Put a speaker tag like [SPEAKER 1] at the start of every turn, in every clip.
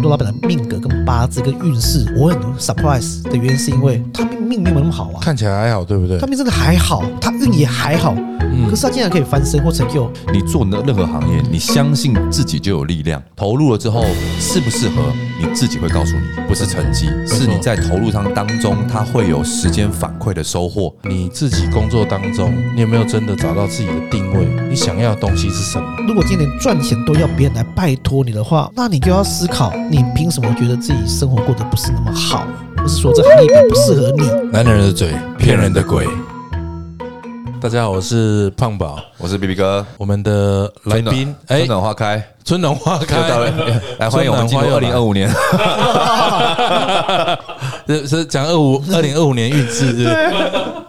[SPEAKER 1] 多老板的命格跟八字跟运势，我很 surprise 的原因是因为他命命没有那么好啊，
[SPEAKER 2] 看起来还好，对不对
[SPEAKER 1] 他？命真的还好，他运也还好，可是他竟然可以翻身或成就，
[SPEAKER 3] 你做的任何行业，你相信自己就有力量。投入了之后适不适合，你自己会告诉你，不是成绩，是你在投入上当中，它会有时间反馈的收获。
[SPEAKER 2] 你自己工作当中，你有没有真的找到自己的定位？你想要的东西是什么？
[SPEAKER 1] 如果今年赚钱都要别人来拜托你的话，那你就要思考，你凭什么觉得自己生活过得不是那么好？不是说这行业并不适合你。
[SPEAKER 2] 男人的嘴，骗人的鬼。大家好，我是胖宝，
[SPEAKER 3] 我是 B B 哥，
[SPEAKER 2] 我们的来
[SPEAKER 3] 春暖
[SPEAKER 2] 宾，
[SPEAKER 3] 春暖花啊开，
[SPEAKER 2] 春暖花哎开
[SPEAKER 3] 又到了， 来欢迎我们进入二
[SPEAKER 2] 春
[SPEAKER 3] 零
[SPEAKER 2] 暖花
[SPEAKER 3] 二
[SPEAKER 2] 又来
[SPEAKER 3] 五年。
[SPEAKER 2] 是是讲二五二零二五年运势，是不是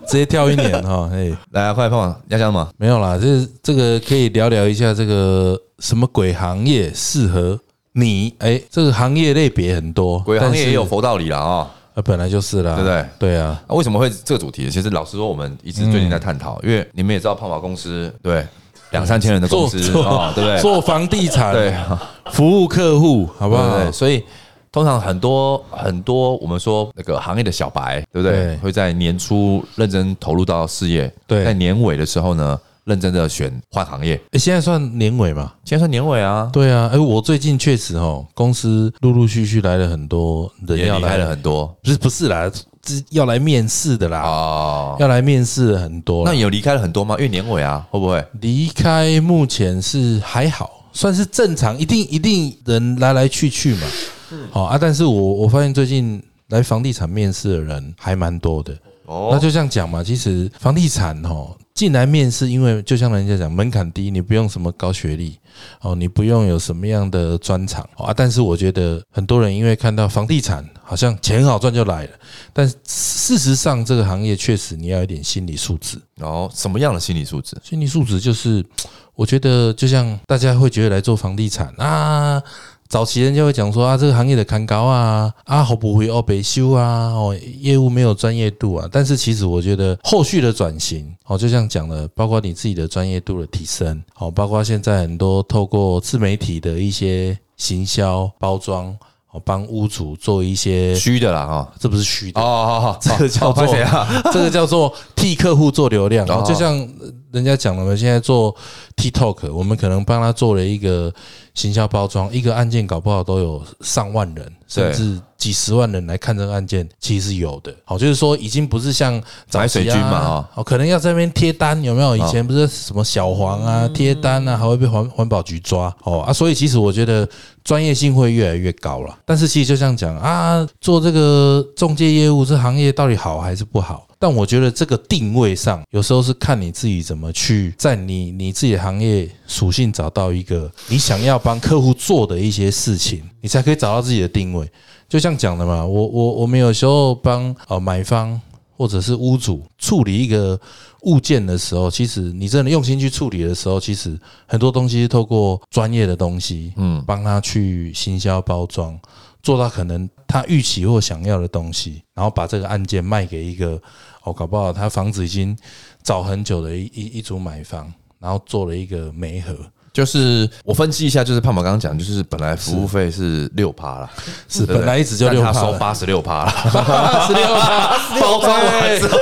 [SPEAKER 2] 直接跳一年哈，哎、
[SPEAKER 3] 来，快胖，你要讲什么？
[SPEAKER 2] 没有啦，这这个可以聊聊一下这个什么鬼行业适合你？哎、这个行业类别很多，
[SPEAKER 3] 鬼行
[SPEAKER 2] 但
[SPEAKER 3] 业
[SPEAKER 2] 是
[SPEAKER 3] 也有佛道理了啊。
[SPEAKER 2] 啊，本来就是啦，
[SPEAKER 3] 对不对
[SPEAKER 2] 对啊，
[SPEAKER 3] 啊，为什么会这个主题？其实老实说，我们一直最近在探讨，
[SPEAKER 2] 嗯
[SPEAKER 3] 因为你们也知道，胖宝公司对两三千人的公
[SPEAKER 2] 做
[SPEAKER 3] 司
[SPEAKER 2] 做、
[SPEAKER 3] 啊，对 不对？
[SPEAKER 2] 做房地产，
[SPEAKER 3] 对，
[SPEAKER 2] 服务客户，好不
[SPEAKER 3] 对
[SPEAKER 2] 好？
[SPEAKER 3] 对对，所以通常很多很多我们说那个行业的小白，对不对？
[SPEAKER 2] 对
[SPEAKER 3] 会在年初认真投入到事业，
[SPEAKER 2] 对
[SPEAKER 3] 在年尾的时候呢，认真的选换行业。
[SPEAKER 2] 诶现在算年尾嘛？
[SPEAKER 3] 现在算年尾啊，
[SPEAKER 2] 对啊，哎、我最近确实哦，公司陆陆续续来了很多人
[SPEAKER 3] 也
[SPEAKER 2] 要
[SPEAKER 3] 离
[SPEAKER 2] 来
[SPEAKER 3] 开了，很多
[SPEAKER 2] 不是不是啦，这要来面试的啦，
[SPEAKER 3] 哦。
[SPEAKER 2] 要来面试的很多啦。
[SPEAKER 3] 那有离开了很多吗？因为年尾啊，会不会？
[SPEAKER 2] 离开目前是还好，算是正常，一定一定人来来去去嘛。好、啊，但是我我发现最近来房地产面试的人还蛮多的。
[SPEAKER 3] 哦
[SPEAKER 2] 那就这样讲嘛，其实房地产哦，进来面试，因为就像人家讲，门槛低，你不用什么高学历哦，你不用有什么样的专长哦啊。但是我觉得很多人因为看到房地产好像钱很好赚就来了，但事实上这个行业确实你要有一点心理素质。
[SPEAKER 3] 然后哦什么样的心理素质？
[SPEAKER 2] 心理素质就是，我觉得就像大家会觉得来做房地产啊，早期人家会讲说啊，这个行业的砍高啊，啊好不回哦北修啊，哦业务没有专业度啊。但是其实我觉得后续的转型，哦就像讲的，包括你自己的专业度的提升，哦包括现在很多透过自媒体的一些行销包装，哦帮屋主做一些，
[SPEAKER 3] 虚的啦，哈。
[SPEAKER 2] 这不是虚的
[SPEAKER 3] 哦，哦哦，
[SPEAKER 2] 这个叫做
[SPEAKER 3] 谁啊？
[SPEAKER 2] 这个叫做替客户做流量，
[SPEAKER 3] 哦
[SPEAKER 2] 就像呃人家讲了，我们现在做 TikTok，我们可能帮他做了一个行销包装，一个案件搞不好都有上万人，甚
[SPEAKER 3] 对
[SPEAKER 2] 至几十万人来看这个案件，其实是有的。好，就是说已经不是像
[SPEAKER 3] 买水军嘛哦
[SPEAKER 2] 啊哦，可能要在那边贴单，有没有？以前不是什么小黄
[SPEAKER 3] 哦
[SPEAKER 2] 啊贴单啊，还会被环环保局抓哦啊，所以其实我觉得专业性会越来越高了。但是其实就像讲啊，做这个中介业务这行业到底好还是不好？但我觉得这个定位上，有时候是看你自己怎么去在你你自己的行业属性找到一个你想要帮客户做的一些事情，你才可以找到自己的定位。就像讲的嘛，我我我们有时候帮呃买方或者是屋主处理一个物件的时候，其实你真的用心去处理的时候，其实很多东西是透过专业的东西，嗯，帮他去行销包装，做到可能他预期或想要的东西，然后把这个案件卖给一个哦，搞不好他房子已经找很久的一一一组买方，然后做了一个媒合，
[SPEAKER 3] 就是我分析一下，就是胖宝刚刚讲，就是本来服务费是六趴啦，
[SPEAKER 2] 是
[SPEAKER 3] 对不对
[SPEAKER 2] 本来一直就
[SPEAKER 3] 但
[SPEAKER 2] 六
[SPEAKER 3] 他
[SPEAKER 2] 趴
[SPEAKER 3] 收
[SPEAKER 2] 了，
[SPEAKER 3] 八十六趴啦。
[SPEAKER 2] 八十六趴，包装完之后。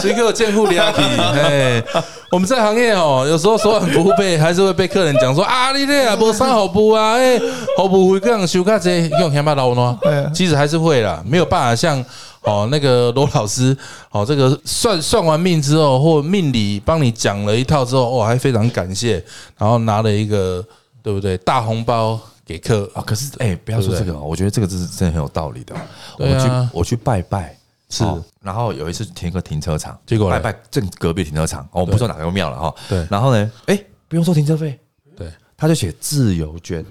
[SPEAKER 2] 谁给我见户良体？哎，我们这行业哦，有时候收完服务费，还是会被客人讲说啊，你这也无啥服务啊，哎，服务费更收较济，用钱把老呢。其实还是会啦，没有办法像哦那个罗老师哦，这个算算完命之后，或命理帮你讲了一套之后，哦，还非常感谢，然后拿了一个对不对大红包给客
[SPEAKER 3] 啊，可是哎、不要说这个哦，我觉得这个真是真的很有道理的。哦我
[SPEAKER 2] 对啊
[SPEAKER 3] 去我去拜拜。
[SPEAKER 2] 是
[SPEAKER 3] 哦然后有一次停个停车场，
[SPEAKER 2] 结果嘞
[SPEAKER 3] 拜拜正隔壁停车场，哦，我不说哪个庙了哈。
[SPEAKER 2] 对
[SPEAKER 3] 然后呢，哎，不用收停车费，
[SPEAKER 2] 对，
[SPEAKER 3] 他就写自由捐。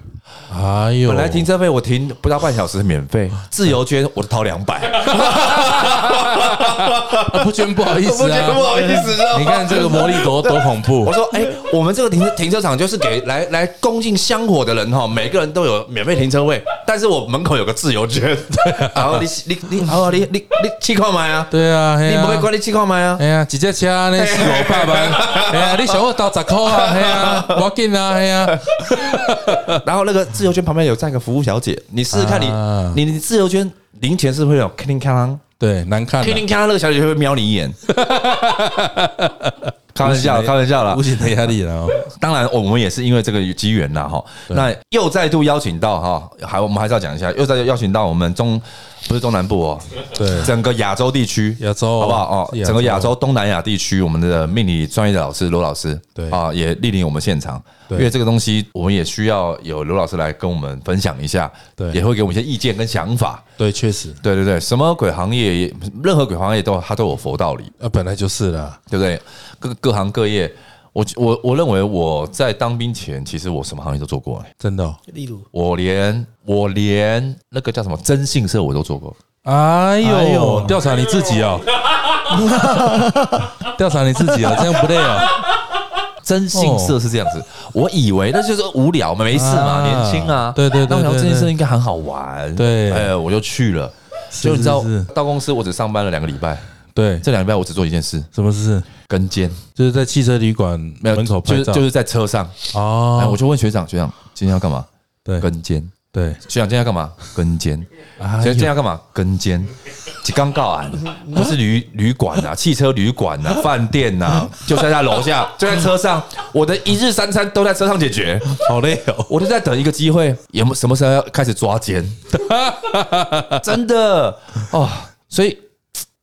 [SPEAKER 2] 哎呦，
[SPEAKER 3] 本来停车费我停不到半小时免费，自由捐我掏两百，
[SPEAKER 2] 啊不捐不好意
[SPEAKER 3] 我
[SPEAKER 2] 思
[SPEAKER 3] 不觉得不
[SPEAKER 2] 啊。
[SPEAKER 3] 好意思，知道吗
[SPEAKER 2] 你看这个魔力多多恐怖
[SPEAKER 3] 我！说，哎、我们这个停停车场就是给来来恭敬香火的人哈，每个人都有免费停车位，但是我门口有个自由券， 然后你你你，然后你你你去看买啊，
[SPEAKER 2] 对啊，嘿
[SPEAKER 3] 你
[SPEAKER 2] 啊
[SPEAKER 3] 不会管你去看买啊
[SPEAKER 2] 哎，呀，一只车呢四五百 万，哎呀，你想我投十块啊？哎呀，我紧啊，哎呀，
[SPEAKER 3] 然后那个自由券旁边有站一个服务小姐，你试试看
[SPEAKER 2] 啊
[SPEAKER 3] 你你你自由券零钱是不是有 k i n g k a n
[SPEAKER 2] 对，难看
[SPEAKER 3] k i n
[SPEAKER 2] 啊，
[SPEAKER 3] g k a n 啊那个小姐就会瞄你一眼， 开玩笑开玩笑啦
[SPEAKER 2] 无，形的压力了哦。
[SPEAKER 3] 当然，我们也是因为这个机缘啦，哈。那又再度邀请到哈，还我们还是要讲一下，又再度邀请到我们中不是中南部哦，
[SPEAKER 2] 对
[SPEAKER 3] 整个亚洲地区，
[SPEAKER 2] 亚洲
[SPEAKER 3] 好不好？哦
[SPEAKER 2] 是，亚洲啊
[SPEAKER 3] 整个亚洲东南亚地区，我们的命理专业的老师罗老师，
[SPEAKER 2] 对
[SPEAKER 3] 啊，也莅临我们现场，因
[SPEAKER 2] 对
[SPEAKER 3] 为这个东西我们也需要有刘老师来跟我们分享一下，
[SPEAKER 2] 对
[SPEAKER 3] 也会给我们一些意见跟想法。
[SPEAKER 2] 对，确实，
[SPEAKER 3] 对对对，什么鬼行业，也任何鬼行业都它都有佛道理。
[SPEAKER 2] 啊，本来就是啦，
[SPEAKER 3] 对不对？各各行各业，我我我认为我在当兵前，其实我什么行业都做过、欸，
[SPEAKER 2] 真的哦。
[SPEAKER 1] 例如，
[SPEAKER 3] 我连我连那个叫什么征信社我都做过，
[SPEAKER 2] 哎
[SPEAKER 1] 哎
[SPEAKER 2] 呦
[SPEAKER 1] 呦，
[SPEAKER 2] 调查你自己 哦，调查你自己哦，这样不累哦。
[SPEAKER 3] 征信社是这样子，我以为那就是无聊嘛，没事嘛，
[SPEAKER 2] 啊
[SPEAKER 3] 年轻啊，
[SPEAKER 2] 对对对
[SPEAKER 3] 那我想
[SPEAKER 2] 对
[SPEAKER 3] 征
[SPEAKER 2] 对
[SPEAKER 3] 信社应该很好玩，
[SPEAKER 2] 对
[SPEAKER 3] 哎，我就去了。
[SPEAKER 2] 是
[SPEAKER 3] 就你知道
[SPEAKER 2] 是是，
[SPEAKER 3] 到公司我只上班了两个礼拜，
[SPEAKER 2] 对，
[SPEAKER 3] 这两个礼拜我只做一件事，
[SPEAKER 2] 什么事？
[SPEAKER 3] 跟监，
[SPEAKER 2] 就是在汽车旅馆门口
[SPEAKER 3] 就
[SPEAKER 2] 拍
[SPEAKER 3] 是
[SPEAKER 2] 照，
[SPEAKER 3] 就是在车上，哎，我
[SPEAKER 2] 哦，
[SPEAKER 3] 就问学长，学长今天要干嘛？
[SPEAKER 2] 对
[SPEAKER 3] 跟监。
[SPEAKER 2] 对，
[SPEAKER 3] 学长今天要干嘛？跟监。
[SPEAKER 2] 哎
[SPEAKER 3] 所以这
[SPEAKER 2] 呦嗯
[SPEAKER 3] 样干嘛？跟监，几刚告案，不是旅旅馆 啊，汽车旅馆啊，饭店啊，就在他楼下，就在车上，我的一日三餐都在车上解决，
[SPEAKER 2] 好累哦。
[SPEAKER 3] 我都在等一个机会，有没有什么时候要开始抓奸？ 真的哦，所以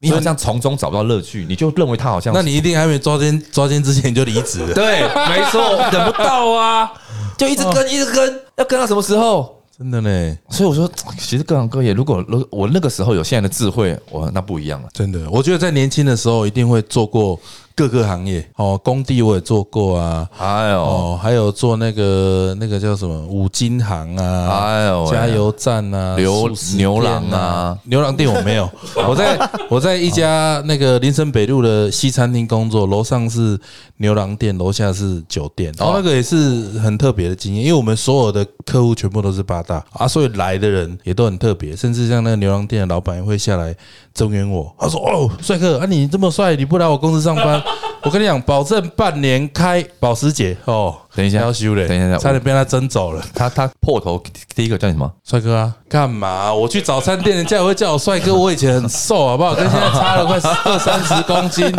[SPEAKER 3] 你好像从中找不到乐趣，你就认为他好像
[SPEAKER 2] 那你一定还没抓奸，抓奸之前你就离职了，
[SPEAKER 3] 对，没错，等不 到啊，就一直跟，一直跟，要跟到什么时候？
[SPEAKER 2] 真的呢，
[SPEAKER 3] 所以我说，其实各行各业，如果如果我那个时候有现在的智慧，我那不一样了。
[SPEAKER 2] 真的。我觉得在年轻的时候一定会做过各个行业，哦，工地我也做过啊，
[SPEAKER 3] 哎呦，
[SPEAKER 2] 哦，还有做那个那个叫什么五金行啊，
[SPEAKER 3] 哎呦喂，
[SPEAKER 2] 加油站啊，
[SPEAKER 3] 牛
[SPEAKER 2] 素食店
[SPEAKER 3] 牛郎啊，
[SPEAKER 2] 牛郎店我没 有，我在我在一家那个林森北路的西餐厅工作，楼上是牛郎店，楼下是酒店，
[SPEAKER 3] 哦
[SPEAKER 2] 然后那个也是很特别的经验，因为我们所有的客户全部都是八大啊，所以来的人也都很特别，甚至像那个牛郎店的老板也会下来增援我，他说：“哦，帅哥啊，你这么帅，你不来我公司上班？” 我跟你讲，保证半年开保时捷哦。
[SPEAKER 3] 等一下
[SPEAKER 2] 要修嘞，
[SPEAKER 3] 等一下等一下
[SPEAKER 2] 差点被他争走了。
[SPEAKER 3] 他他破头第一个叫你什么？
[SPEAKER 2] 帅哥啊，干嘛？我去早餐店，人家也会叫我帅哥。我以前很瘦，啊好不好？跟现在差了快二三十公斤，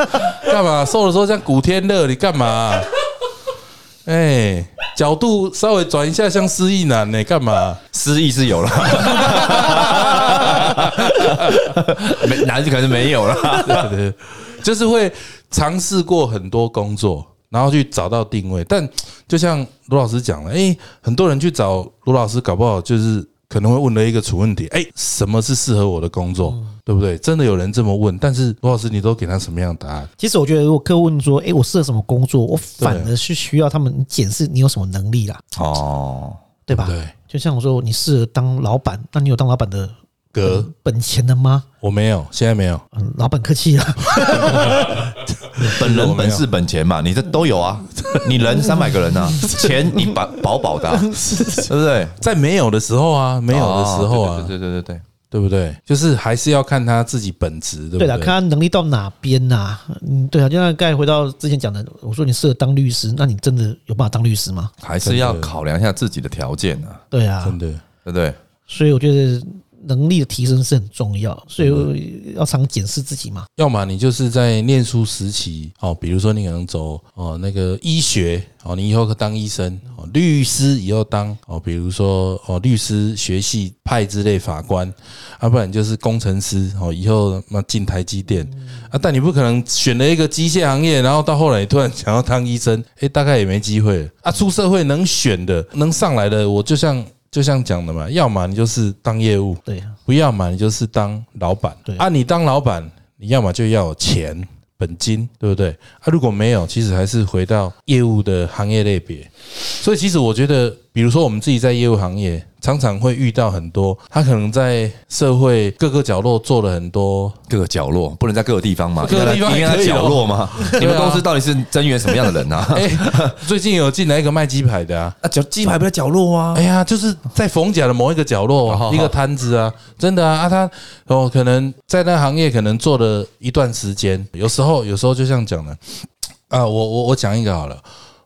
[SPEAKER 2] 干嘛？瘦的时候像古天乐，你干 嘛？哎、角度稍微转一下，像失忆男呢、干嘛？
[SPEAKER 3] 失忆是有了，没男可能没有了。
[SPEAKER 2] 对对，对就是会尝试过很多工作，然后去找到定位。但就像罗老师讲了，诶，很多人去找罗老师，搞不好就是可能会问了一个主问题，诶，什么是适合我的工作，
[SPEAKER 3] 嗯
[SPEAKER 2] 对不对？真的有人这么问，但是罗老师你都给他什么样的答案？
[SPEAKER 1] 其实我觉得，如果客户问说：“哎、我适合什么工作？”我反而是需要他们检视你有什么能力啦，
[SPEAKER 3] 哦，
[SPEAKER 1] 对吧？
[SPEAKER 2] 对，
[SPEAKER 1] 就像我说，你适合当老板，那你有当老板的
[SPEAKER 2] 哥，
[SPEAKER 1] 本钱了吗？
[SPEAKER 2] 我没有，现在没有，
[SPEAKER 1] 嗯，老板客气了，
[SPEAKER 3] 本
[SPEAKER 2] 我
[SPEAKER 3] 人
[SPEAKER 2] 没
[SPEAKER 3] 本
[SPEAKER 2] 有
[SPEAKER 3] 事本钱嘛，你这都有 啊。你人三百个人啊，钱你把饱饱 的啊，对不对？
[SPEAKER 2] 在没有的时候啊，没有的时候
[SPEAKER 3] 哦
[SPEAKER 2] 啊，
[SPEAKER 3] 对对对对对。
[SPEAKER 2] 对不对？就是还是要看他自己本职，对不
[SPEAKER 1] 对啦，
[SPEAKER 2] 对？
[SPEAKER 1] 看他能力到哪边呐、嗯，对啊，就像刚才回到之前讲的，我说你适合当律师，那你真的有办法当律师吗？
[SPEAKER 3] 还是要考量一下自己的条件啊，
[SPEAKER 1] 对啊，
[SPEAKER 2] 真的，
[SPEAKER 3] 对不对？
[SPEAKER 1] 所以我觉得能力的提升是很重要，所以我要常检视自己嘛。
[SPEAKER 2] 要么你就是在念书时期哦，比如说你可能走哦那个医学哦，你以后可当医生哦，律师以后当哦，比如说哦律师学系派之类法官，啊不然就是工程师哦，以后那进台积电啊，但你不可能选了一个机械行业，然后到后来你突然想要当医生，诶，大概也没机会了啊。出社会能选的能上来的，我就像就像讲的嘛，要么你就是当业务，
[SPEAKER 1] 对啊，
[SPEAKER 2] 不要嘛，你就是当老板。
[SPEAKER 1] 对
[SPEAKER 2] 啊，你当老板，你要么就要有钱本金，对不对？啊，如果没有，其实还是回到业务的行业类别。所以其实我觉得，比如说我们自己在业务行业，常常会遇到很多他可能在社会各个角落做了很多，
[SPEAKER 3] 各个角落不能在各个地方嘛，
[SPEAKER 2] 各个地方
[SPEAKER 3] 应该
[SPEAKER 2] 也可
[SPEAKER 3] 在
[SPEAKER 2] 以哦
[SPEAKER 3] 角落 嘛。你们公司到底是增援什么样的人啊？
[SPEAKER 2] 哎，最近有进来一个卖鸡排 的啊，
[SPEAKER 3] 啊，角鸡排不在角落啊
[SPEAKER 2] 哎，呀，就是在逢甲的某一个角落
[SPEAKER 3] 哦好好
[SPEAKER 2] 啊，一个摊子啊，真的啊，啊他哦，可能在那行业可能做了一段时间，有时候有时候就像讲的啊，我我我讲一个好了。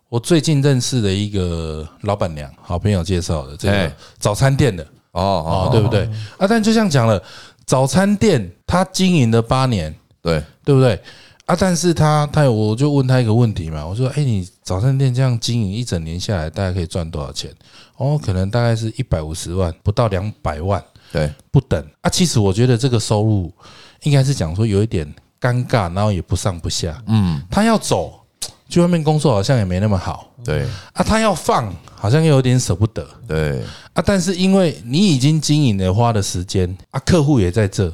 [SPEAKER 2] 我最近认识的一个老板娘，好朋友介绍的这个
[SPEAKER 3] 哎
[SPEAKER 2] 早餐店的
[SPEAKER 3] 哦
[SPEAKER 2] 哦
[SPEAKER 3] 哦，，
[SPEAKER 2] 对不对？啊，但就像讲了，早餐店他经营了八年，
[SPEAKER 3] 对，
[SPEAKER 2] 对不对？啊，但是他他有我就问他一个问题嘛，我说，哎，你早餐店这样经营一整年下来，大概可以赚多少钱？哦，可能大概是一百五十万，不到两百万
[SPEAKER 3] 对，
[SPEAKER 2] 不等啊。其实我觉得这个收入应该是讲说有一点尴尬，然后也不上不下。
[SPEAKER 3] 嗯，
[SPEAKER 2] 他要走去外面工作，好像也没那么好
[SPEAKER 3] 对
[SPEAKER 2] 啊。他要放，好像又有点舍不得
[SPEAKER 3] 对，
[SPEAKER 2] 啊。但是因为你已经经营了花的时间啊，客户也在这，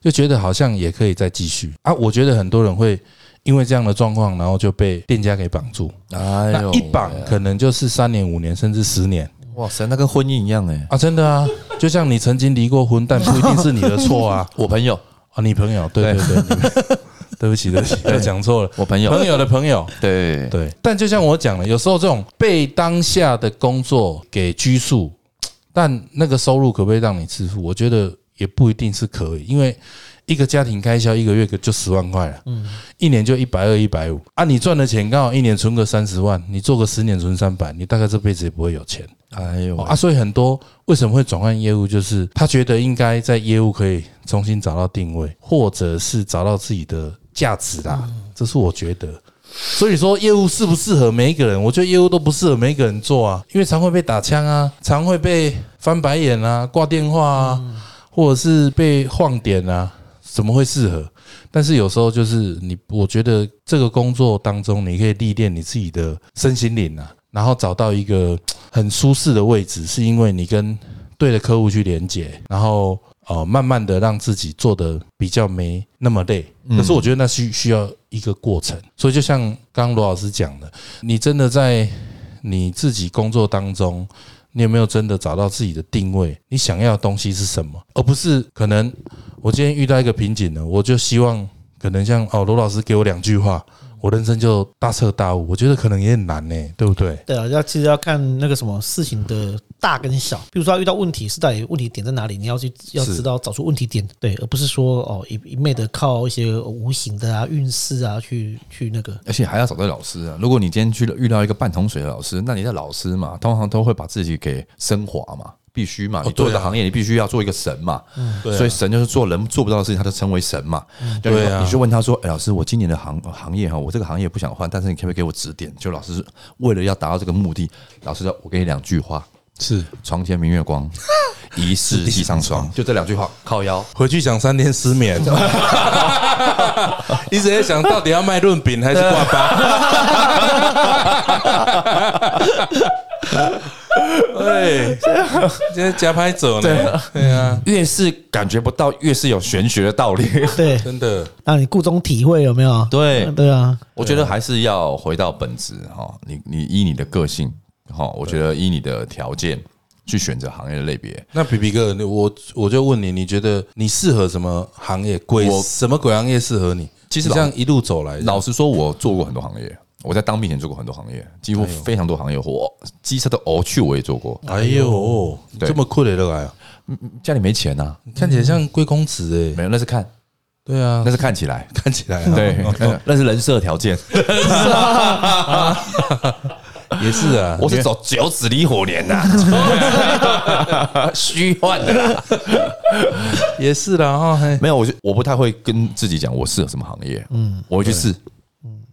[SPEAKER 2] 就觉得好像也可以再继续啊。我觉得很多人会因为这样的状况，然后就被店家给绑住，
[SPEAKER 3] 哎
[SPEAKER 2] 那一绑可能就是三年、五年甚至十年
[SPEAKER 3] 哇塞，那跟婚姻一样哎。
[SPEAKER 2] 啊，真的啊。就像你曾经离过婚，但不一定是你的错啊。
[SPEAKER 3] 我朋友，
[SPEAKER 2] 啊，你朋友， 对对对，你们对不起对不起，我讲错了，
[SPEAKER 3] 我朋友，
[SPEAKER 2] 朋友的朋友。
[SPEAKER 3] 对
[SPEAKER 2] 对，但就像我讲的，有时候这种被当下的工作给拘束，但那个收入可不可以让你致富？我觉得也不一定是可以，因为一个家庭开销一个月就十万块了，嗯，一年就一百二、一百五啊，你赚的钱刚好一年存个三十万，你做个十年存三百，你大概这辈子也不会有钱
[SPEAKER 3] 哎呦
[SPEAKER 2] 哦啊。所以很多为什么会转换业务，就是他觉得应该在业务可以重新找到定位，或者是找到自己的价值啦，这是我觉得。所以说业务适不适合每一个人，我觉得业务都不适合每一个人做啊，因为常会被打枪啊，常会被翻白眼啊，挂电话啊，或者是被晃点啊，怎么会适合？但是有时候就是你，我觉得这个工作当中，你可以历练你自己的身心灵啊，然后找到一个很舒适的位置，是因为你跟对的客户去连接，然后呃，慢慢的让自己做的比较没那么累。可是我觉得那需需要一个过程，所以就像刚刚罗老师讲的，你真的在你自己工作当中，你有没有真的找到自己的定位？你想要的东西是什么？而不是可能我今天遇到一个瓶颈了，我就希望可能像哦罗老师给我两句话，我人生就大彻大悟。我觉得可能也很难呢、对不对？
[SPEAKER 1] 对啊，要其实要看那个什么事情的大跟小，比如说他遇到问题是到底问题点在哪里，你要去要
[SPEAKER 2] 是
[SPEAKER 1] 知道找出问题点，对，而不是说哦一一昧的靠一些无形的啊运势啊去去那个。
[SPEAKER 3] 而且还要找对老师啊！如果你今天去遇到一个半桶水的老师，那你的老师嘛，通常都会把自己给升华嘛，必须嘛。你做这个行业，你必须要做一个神嘛。
[SPEAKER 2] 对啊
[SPEAKER 3] 所以神就是做人做不到的事情，他就称为神嘛。就
[SPEAKER 2] 对啊
[SPEAKER 3] 你去问他说：“哎，老师，我今年的行行业哈，我这个行业不想换，但是你可不可以给我指点？”就老师为了要达到这个目的，老师说：“我给你两句话：
[SPEAKER 2] 是
[SPEAKER 3] 床前明月 光，疑是地上霜。”就这两句话，靠腰。
[SPEAKER 2] 回去想三天失 眠，一直在想到底要卖润饼还是挂 包。对，哎今天夹拍走呢，对啊，
[SPEAKER 3] 越是感觉不到，越是有玄学的道理。
[SPEAKER 1] 对，
[SPEAKER 2] 真的，
[SPEAKER 1] 让你故中体会有没有？
[SPEAKER 3] 对
[SPEAKER 1] 对啊，
[SPEAKER 3] 我觉得还是要回到本质哈，你你依你的个性哈，我觉得依你的条件去选择行业的类别。
[SPEAKER 2] 那皮皮哥，你我我就问你，你觉得你适合什么行业？鬼
[SPEAKER 3] 我
[SPEAKER 2] 什么鬼行业适合你？
[SPEAKER 3] 其实
[SPEAKER 2] 你
[SPEAKER 3] 老
[SPEAKER 2] 这样一路走来，
[SPEAKER 3] 老实说，我做过很多行业，我在当兵前做过很多行业，几乎非常多行业。我机车的偶去我也做过，
[SPEAKER 2] 哎呦，
[SPEAKER 3] 对
[SPEAKER 2] 这么困得来啊！
[SPEAKER 3] 家里没钱呐、啊，
[SPEAKER 2] 你看起来像贵公子哎，
[SPEAKER 3] 没有，那是看
[SPEAKER 2] 对啊
[SPEAKER 3] 那，是看起来，
[SPEAKER 2] 看起来啊
[SPEAKER 3] 对，那那是人设条 件。
[SPEAKER 2] 也是啊，
[SPEAKER 3] 我是走九子离火啊莲呐，虚幻的啦。
[SPEAKER 2] 也是啦哈，嘿
[SPEAKER 3] 没有，我就我不太会跟自己讲我适合什么行业，嗯，我会去试，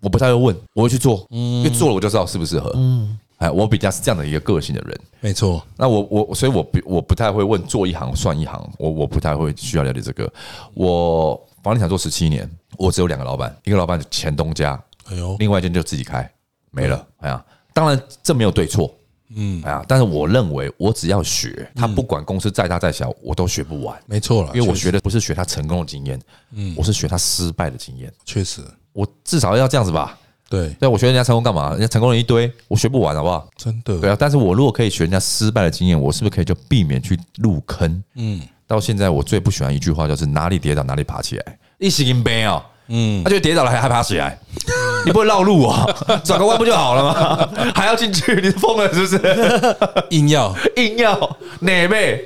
[SPEAKER 3] 我不太会问，我会去做，因为做了我就知道适不适合，嗯，哎，我比较是这样的一个个性的人，
[SPEAKER 2] 没错，
[SPEAKER 3] 那我我所以我不我不太会问做一行算一行，我我不太会需要了解这个，我房地产做十七年，我只有两个老板，一个老板就前东家，
[SPEAKER 2] 哎呦，
[SPEAKER 3] 另外一间就自己开，没了。哎呀，当然这没有对错，嗯，哎呀，但是我认为我只要学，他不管公司再大再小，我都学不完，
[SPEAKER 2] 没错啦，
[SPEAKER 3] 因为
[SPEAKER 2] 啊
[SPEAKER 3] 我
[SPEAKER 2] 确实
[SPEAKER 3] 学的不是学他成功的经验，嗯，我是学他失败的经验。
[SPEAKER 2] 确实
[SPEAKER 3] 我至少要这样子吧，
[SPEAKER 2] 对，
[SPEAKER 3] 对，我啊学人家成功干嘛？人家成功人一堆，我学不完，好不好？
[SPEAKER 2] 真的，
[SPEAKER 3] 对啊，但是我如果可以学人家失败的经验，我是不是可以就避免去入坑？
[SPEAKER 2] 嗯
[SPEAKER 3] 到现在我最不喜欢一句话就是哪里跌倒哪里爬起来，一起硬背哦。
[SPEAKER 2] 嗯
[SPEAKER 3] 他，就跌倒了还还爬起来，你不会绕路啊、转个弯不就好了吗？还要进去，你是疯了是不是？
[SPEAKER 2] 硬要，
[SPEAKER 3] 硬要哪妹？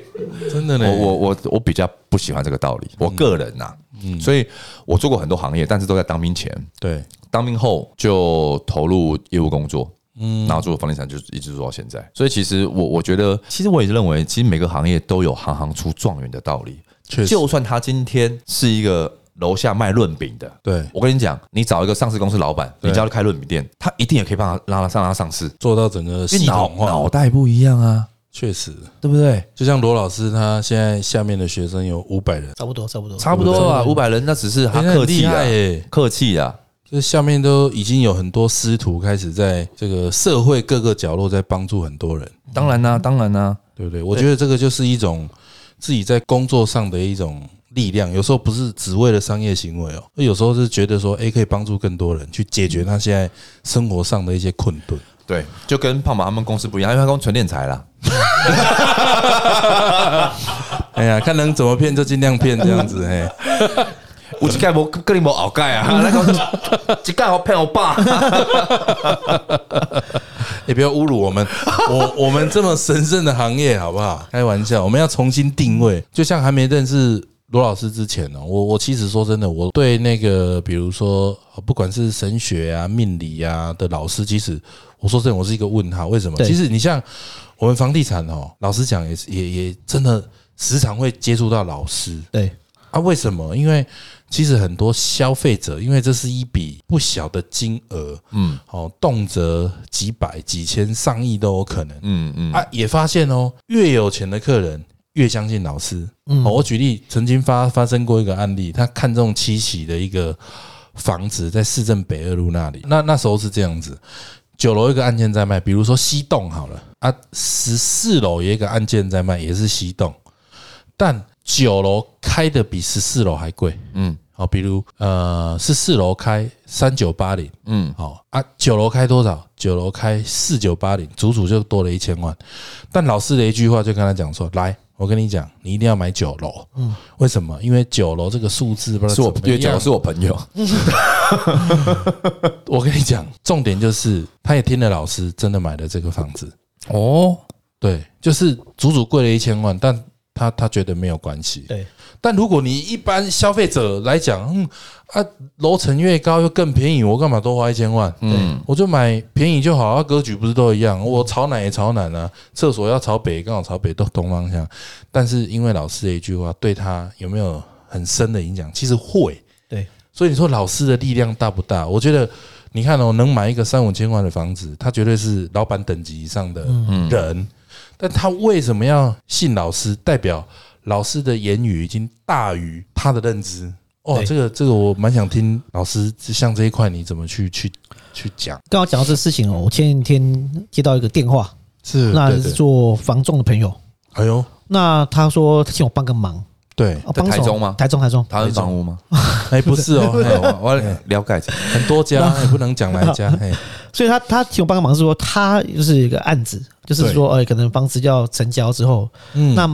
[SPEAKER 2] 真的呢，
[SPEAKER 3] 我我我我比较不喜欢这个道理，我个人呐、所以我做过很多行业，但是都在当兵前，
[SPEAKER 2] 对，
[SPEAKER 3] 当兵后就投入业务工作，嗯，然后做房地产就一直做到现在。所以其实我我觉得，其实我也认为，其实每个行业都有行行出状元的道理。
[SPEAKER 2] 确实
[SPEAKER 3] 就算他今天是一个楼下卖润饼的，
[SPEAKER 2] 对
[SPEAKER 3] 我跟你讲，你找一个上市公司老板，
[SPEAKER 2] 对
[SPEAKER 3] 你叫他开润饼店，他一定也可以帮他让他上让他上市，
[SPEAKER 2] 做到整个
[SPEAKER 3] 因为
[SPEAKER 2] 系
[SPEAKER 3] 脑
[SPEAKER 2] 统化，
[SPEAKER 3] 脑袋不一样啊，
[SPEAKER 2] 确实，
[SPEAKER 3] 对不对？
[SPEAKER 2] 就像罗老师他现在下面的学生有五百人，
[SPEAKER 1] 差不多，差不多，
[SPEAKER 3] 差不多啊，五百人那只是他
[SPEAKER 2] 哎那很
[SPEAKER 3] 客气
[SPEAKER 2] 厉
[SPEAKER 3] 啊
[SPEAKER 2] 害，耶，
[SPEAKER 3] 客气啊，
[SPEAKER 2] 这下面都已经有很多师徒开始在这个社会各个角落在帮助很多人，
[SPEAKER 3] 当然啦、当然啦、啊
[SPEAKER 2] 对不对？我觉得这个就是一种自己在工作上的一种力量，有时候不是只为了商业行为哦，有时候是觉得说，哎，可以帮助更多人去解决他现在生活上的一些困顿。
[SPEAKER 3] 对，就跟胖马他们公司不一样，因为他公司纯敛财啦。
[SPEAKER 2] 哎呀，看能怎么骗就尽量骗这样 子，哎，
[SPEAKER 3] 我一盖无跟你无鳌盖啊，那个一盖我骗我爸，
[SPEAKER 2] 也不要侮辱我们，我我们这么神圣的行业好不好？开玩笑，我们要重新定位。就像还没认识罗老师之前呢、我我其实说真的，我对那个比如说呃不管是神学啊、命理啊的老师，其实我说真的，我是一个问号。为什么？
[SPEAKER 1] 对
[SPEAKER 2] 其实你像我们房地产哦，老实讲也是也也真的时常会接触到老师，
[SPEAKER 1] 对，
[SPEAKER 2] 啊，为什么？因为其实很多消费者，因为这是一笔不小的金额，嗯，哦，动辄几百、几千、上亿都有可能。
[SPEAKER 3] 嗯嗯，
[SPEAKER 2] 啊，也发现哦，越有钱的客人越相信老师。嗯，我举例，曾经发发生过一个案例，他看中七期的一个房子，在市政北二路那里。那那时候是这样子，九楼一个案件在卖，比如说西栋好了啊，十四楼也有一个案件在卖，也是西栋，但九楼开的比十四楼还贵。
[SPEAKER 3] 嗯
[SPEAKER 2] 嗯，好，比如呃，是四楼开三九八零，
[SPEAKER 3] 嗯
[SPEAKER 2] 嗯，好啊，九楼开多少？九楼开四九八零，足足就多了一千万。但老师的一句话就跟他讲说：“来，我跟你讲，你一定要买九楼。嗯，为什么？因为九楼这个数字不知
[SPEAKER 3] 是
[SPEAKER 2] 道
[SPEAKER 3] 我
[SPEAKER 2] 怎么
[SPEAKER 3] 越讲
[SPEAKER 2] 样
[SPEAKER 3] 是。我朋友，
[SPEAKER 2] 我跟你讲，重点就是他也听了老师，真的买了这个房子。
[SPEAKER 3] 哦，
[SPEAKER 2] 对，就是足足贵了一千万，但他他觉得没有关系。
[SPEAKER 1] 对，
[SPEAKER 2] 但如果你一般消费者来讲，嗯啊，楼层越高又更便宜，我干嘛多花一千万？嗯，我就买便宜就好啊，格局不是都一样？我朝南也朝南啊，厕所要朝北，刚好朝北都东方向。但是因为老师的一句话，对他有没有很深的影响？其实会。
[SPEAKER 1] 对，
[SPEAKER 2] 所以你说老师的力量大不大？我觉得你看哦，能买一个三五千万的房子，他绝对是老板等级以上的人。但他为什么要信老师？代表老师的言语已经大于他的认知。哦，
[SPEAKER 1] 对
[SPEAKER 2] 这个这个我蛮想听老师像这一块你怎么去去去讲？
[SPEAKER 1] 刚好讲到这事情哦，我前几天接到一个电话，
[SPEAKER 3] 嗯
[SPEAKER 2] 是
[SPEAKER 1] 那
[SPEAKER 2] 对
[SPEAKER 1] 是
[SPEAKER 2] 对
[SPEAKER 1] 做房仲的朋友，
[SPEAKER 2] 哎呦，
[SPEAKER 1] 那他说他请我帮个忙，
[SPEAKER 2] 对，
[SPEAKER 1] 啊
[SPEAKER 3] 在
[SPEAKER 1] 帮
[SPEAKER 3] 台
[SPEAKER 1] 手
[SPEAKER 3] 中吗
[SPEAKER 1] 台中，台中，
[SPEAKER 3] 台湾房屋吗？
[SPEAKER 2] 哎不是 哦，
[SPEAKER 3] 哎
[SPEAKER 2] 哎
[SPEAKER 3] 我我了解一下，
[SPEAKER 2] 很多家也不能讲哪一 家，哎
[SPEAKER 1] 所以他他请我帮个忙是说他就是一个案子，就是说呃可能房子要成交之后，
[SPEAKER 2] 嗯
[SPEAKER 1] 那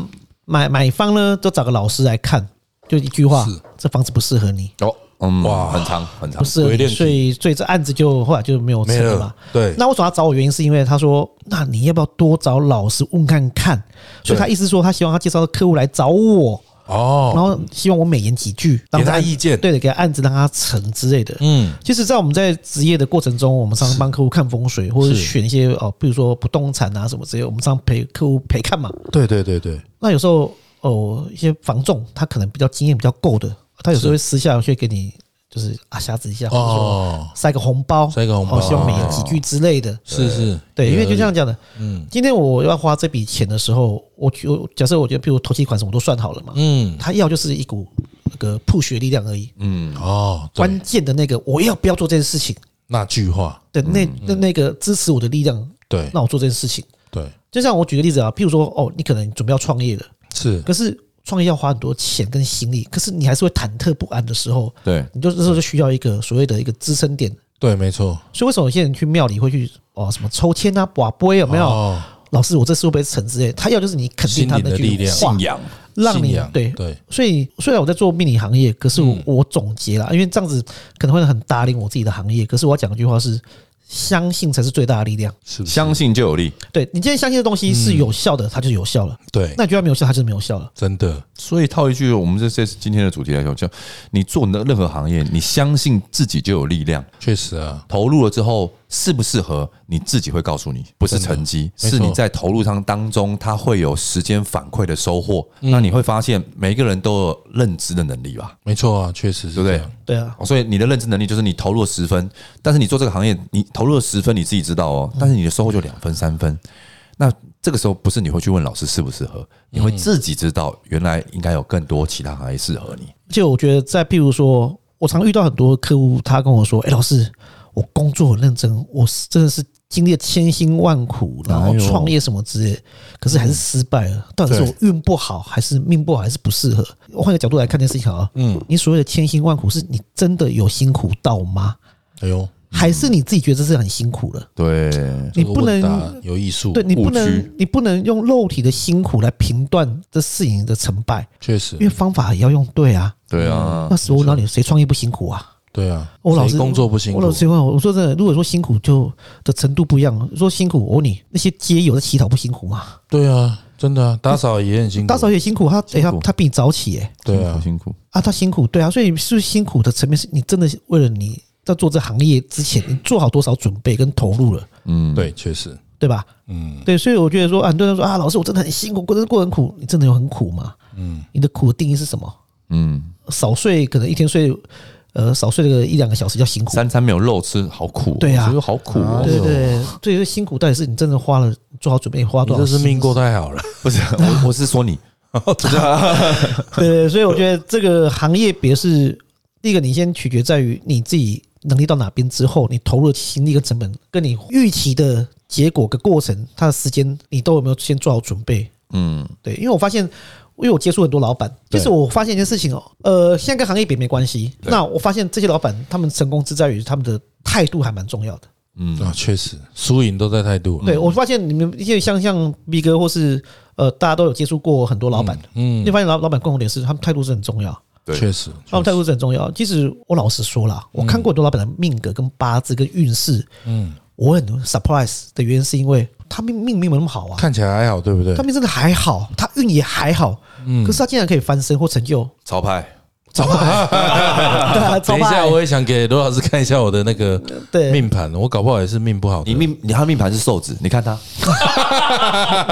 [SPEAKER 1] 买买方呢都找个老师来看，就一句话
[SPEAKER 2] 是，啊
[SPEAKER 1] 这房子不适合你，
[SPEAKER 3] 哦，嗯，哇，
[SPEAKER 2] 哇
[SPEAKER 3] 很长很长
[SPEAKER 1] 不，适合
[SPEAKER 2] 鬼
[SPEAKER 1] 你，
[SPEAKER 2] 恋体
[SPEAKER 1] 所以所以这案子就后来就没有成
[SPEAKER 2] 没
[SPEAKER 1] 了嘛
[SPEAKER 2] 了。，对，
[SPEAKER 1] 那为什么要找我？原因是因为他说，那你要不要多找老师问看看？所以他意思说，他希望他介绍的客户来找我，然
[SPEAKER 2] 哦，
[SPEAKER 1] 后希望我美言几句，让
[SPEAKER 2] 给他意见
[SPEAKER 1] 对的，给他案子让他成之类的。
[SPEAKER 2] 嗯，
[SPEAKER 1] 其实，在我们在职业的过程中，我们常常帮客户看风水，或者
[SPEAKER 2] 是
[SPEAKER 1] 选一些哦，比如说不动产啊什么之类，我们常陪客户陪看嘛。
[SPEAKER 2] 对对对对，
[SPEAKER 1] 那有时候哦，一些房仲他可能比较经验比较够的，他有时候会私下会给你就是啊瞎子一下，或者说
[SPEAKER 2] 哦，
[SPEAKER 1] 塞个红包，
[SPEAKER 2] 塞个红包
[SPEAKER 1] 哦希望美言几句之类的。
[SPEAKER 2] 是是，
[SPEAKER 1] 对，因为就像讲的，
[SPEAKER 2] 嗯
[SPEAKER 1] 今天我要花这笔钱的时候，我我假设我觉得，譬如投期款什么都算好了嘛，
[SPEAKER 2] 嗯，
[SPEAKER 1] 他要就是一股那个 push 的力量而已。
[SPEAKER 3] 嗯，
[SPEAKER 2] 哦，对
[SPEAKER 1] 关键的那个，我要不要做这件事情
[SPEAKER 2] 那句话，
[SPEAKER 1] 的那那那个支持我的力量，
[SPEAKER 2] 对
[SPEAKER 1] 让我做这件事情。
[SPEAKER 2] 对
[SPEAKER 1] 就像我举个例子啊，譬如说，哦，你可能准备要创业了，
[SPEAKER 2] 是，
[SPEAKER 1] 可是创业要花很多钱跟心力，可是你还是会忐忑不安的时候，
[SPEAKER 3] 对，
[SPEAKER 1] 你就这时候就需要一个所谓的一个支撑点，
[SPEAKER 2] 对，没错，
[SPEAKER 1] 所以为什么有些人去庙里会去哦什么抽签啊、卜龟有没有？
[SPEAKER 2] 哦
[SPEAKER 1] 老师，我这次会不会成之类的？他要就是你肯定他
[SPEAKER 2] 心
[SPEAKER 1] 那
[SPEAKER 2] 灵的力
[SPEAKER 1] 句
[SPEAKER 2] 量
[SPEAKER 1] 话
[SPEAKER 3] 信，仰，
[SPEAKER 1] 让
[SPEAKER 2] 信
[SPEAKER 1] 你
[SPEAKER 2] 仰
[SPEAKER 1] 对。
[SPEAKER 2] 对，嗯
[SPEAKER 1] 所以虽然我在做命理行业，可是我我总结了，因为这样子可能会很打脸我自己的行业。可是我要讲一句话是：相信才是最大的力量。
[SPEAKER 2] 是不是
[SPEAKER 3] 相信就有力。
[SPEAKER 1] 对你今天相信的东西是有效的，它就是有效了；
[SPEAKER 2] 对，
[SPEAKER 1] 那你觉得没有效，它就是没有效了。
[SPEAKER 2] 真的
[SPEAKER 3] 所以套一句我们这这是今天的主题来讲，就你做你的任何行业，你相信自己就有力量。
[SPEAKER 2] 确实啊，
[SPEAKER 3] 投入了之后适不适合，你自己会告诉你，不是成绩，
[SPEAKER 2] 没
[SPEAKER 3] 是
[SPEAKER 2] 错
[SPEAKER 3] 你在投入上当中，它会有时间反馈的收获。那你会发现，每一个人都有认知的能力吧，
[SPEAKER 2] 没错啊，确实是
[SPEAKER 3] 对不
[SPEAKER 2] 这
[SPEAKER 3] 对
[SPEAKER 2] 样。？
[SPEAKER 1] 对啊，
[SPEAKER 3] 所以你的认知能力就是你投入了十分，但是你做这个行业，你投入了十分，你自己知道哦，但是你的收获就两分、三分。那这个时候不是你会去问老师适不适合，你会自己知道原来应该有更多其他行业适合你。
[SPEAKER 1] 而且我觉得，在譬如说，我常遇到很多客户，他跟我说：“哎、老师，我工作很认真，我是真的是经历了千辛万苦，然后
[SPEAKER 3] 哎呦
[SPEAKER 1] 创业什么之类，可是还是失败了。到底是我运不好，还是命不好，还是不适合？”我换个角度来看这件事情啊，嗯，你所谓的千辛万苦，是你真的有辛苦到吗？
[SPEAKER 2] 哎呦，
[SPEAKER 1] 还是你自己觉得这是很辛苦了？
[SPEAKER 3] 对，
[SPEAKER 1] 你
[SPEAKER 2] 这个
[SPEAKER 1] 不
[SPEAKER 2] 问
[SPEAKER 1] 能
[SPEAKER 2] 答有艺术，
[SPEAKER 1] 对你不
[SPEAKER 3] 误
[SPEAKER 1] 能
[SPEAKER 3] 区，
[SPEAKER 1] 你不能用肉体的辛苦来评断这事情的成败，
[SPEAKER 2] 确实
[SPEAKER 1] 因为方法也要用对啊。
[SPEAKER 3] 对啊
[SPEAKER 1] 那，时候哪里谁创业不辛苦啊？
[SPEAKER 2] 对啊，
[SPEAKER 1] 我老
[SPEAKER 2] 谁
[SPEAKER 1] 师
[SPEAKER 2] 工作不辛
[SPEAKER 1] 我
[SPEAKER 2] 苦
[SPEAKER 1] 老，实问，我说真的，如果说辛苦就的程度不一样，说辛苦，我问你，那些街友在乞讨不辛苦吗？
[SPEAKER 2] 对啊，真的啊，打扫也很辛苦，
[SPEAKER 1] 打扫也辛苦，他哎、
[SPEAKER 3] 辛
[SPEAKER 1] 他
[SPEAKER 3] 苦
[SPEAKER 1] 他比你早起哎、
[SPEAKER 2] 对啊，
[SPEAKER 3] 辛苦。
[SPEAKER 1] 啊他辛苦，对啊，所以是不是辛苦的层面是你真的为了你在做这行业之前，你做好多少准备跟投入了，
[SPEAKER 3] 嗯，
[SPEAKER 2] 对，确实，
[SPEAKER 1] 对吧？
[SPEAKER 2] 嗯，
[SPEAKER 1] 对，所以我觉得说，啊很多人说啊，老师我真的很辛苦，过真的过得很苦，你真的有很苦吗？嗯，你的苦的定义是什么？
[SPEAKER 3] 嗯，
[SPEAKER 1] 少睡可能一天睡，呃，少睡个一两个小时叫辛苦，
[SPEAKER 3] 三餐没有肉吃，好苦、哦。
[SPEAKER 1] 对啊
[SPEAKER 3] 我觉得好苦哦。
[SPEAKER 1] 对对对，所以说辛苦到底是你真的花了做好准备花
[SPEAKER 2] 你
[SPEAKER 1] 多少
[SPEAKER 2] 这
[SPEAKER 1] 心
[SPEAKER 2] 是
[SPEAKER 1] 思？
[SPEAKER 2] 命过 太好了，
[SPEAKER 3] 不是，我我 是说你，
[SPEAKER 1] 对，所以我觉得这个行业别是第一个，你先取决在于你自己能力到哪边之后，你投入的心力跟成本，跟你预期的结果跟过程，它的时间你都有没有先做好准备？
[SPEAKER 3] 嗯，
[SPEAKER 1] 对，因为我发现，因为我接触很多老板，其
[SPEAKER 2] 对
[SPEAKER 1] 实我发现一件事情哦，呃，现在跟行业别没关系。那我发现这些老板，他们成功之在于他们的态度还蛮重要的。
[SPEAKER 3] 嗯
[SPEAKER 2] 啊，确实，输赢都在态度，啊
[SPEAKER 1] 对我发现你们一些像像 B 哥或是呃，大家都有接触过很多老板，
[SPEAKER 2] 嗯，
[SPEAKER 1] 你发现老老板共同点是他们态度是很重要。
[SPEAKER 3] 对
[SPEAKER 2] 确实，
[SPEAKER 1] 他们态度是很重要。其实我老实说啦，我看过很多老板的命格、跟八字、跟运势，
[SPEAKER 2] 嗯，
[SPEAKER 1] 我很 surprise 的原因是因为他命命没有那么好啊，
[SPEAKER 2] 看起来还好，对不对
[SPEAKER 1] 他？命真的还好，他运也还好，
[SPEAKER 2] 嗯
[SPEAKER 1] 可是他竟然可以翻身或成 就，啊
[SPEAKER 3] 潮牌，
[SPEAKER 2] 早吧
[SPEAKER 1] 早吧
[SPEAKER 2] 等一下，我也想给罗老师看一下我的那个
[SPEAKER 1] 对
[SPEAKER 2] 命盘，我搞不好也是命不好的。
[SPEAKER 3] 你命你他命盘是瘦子，你看他，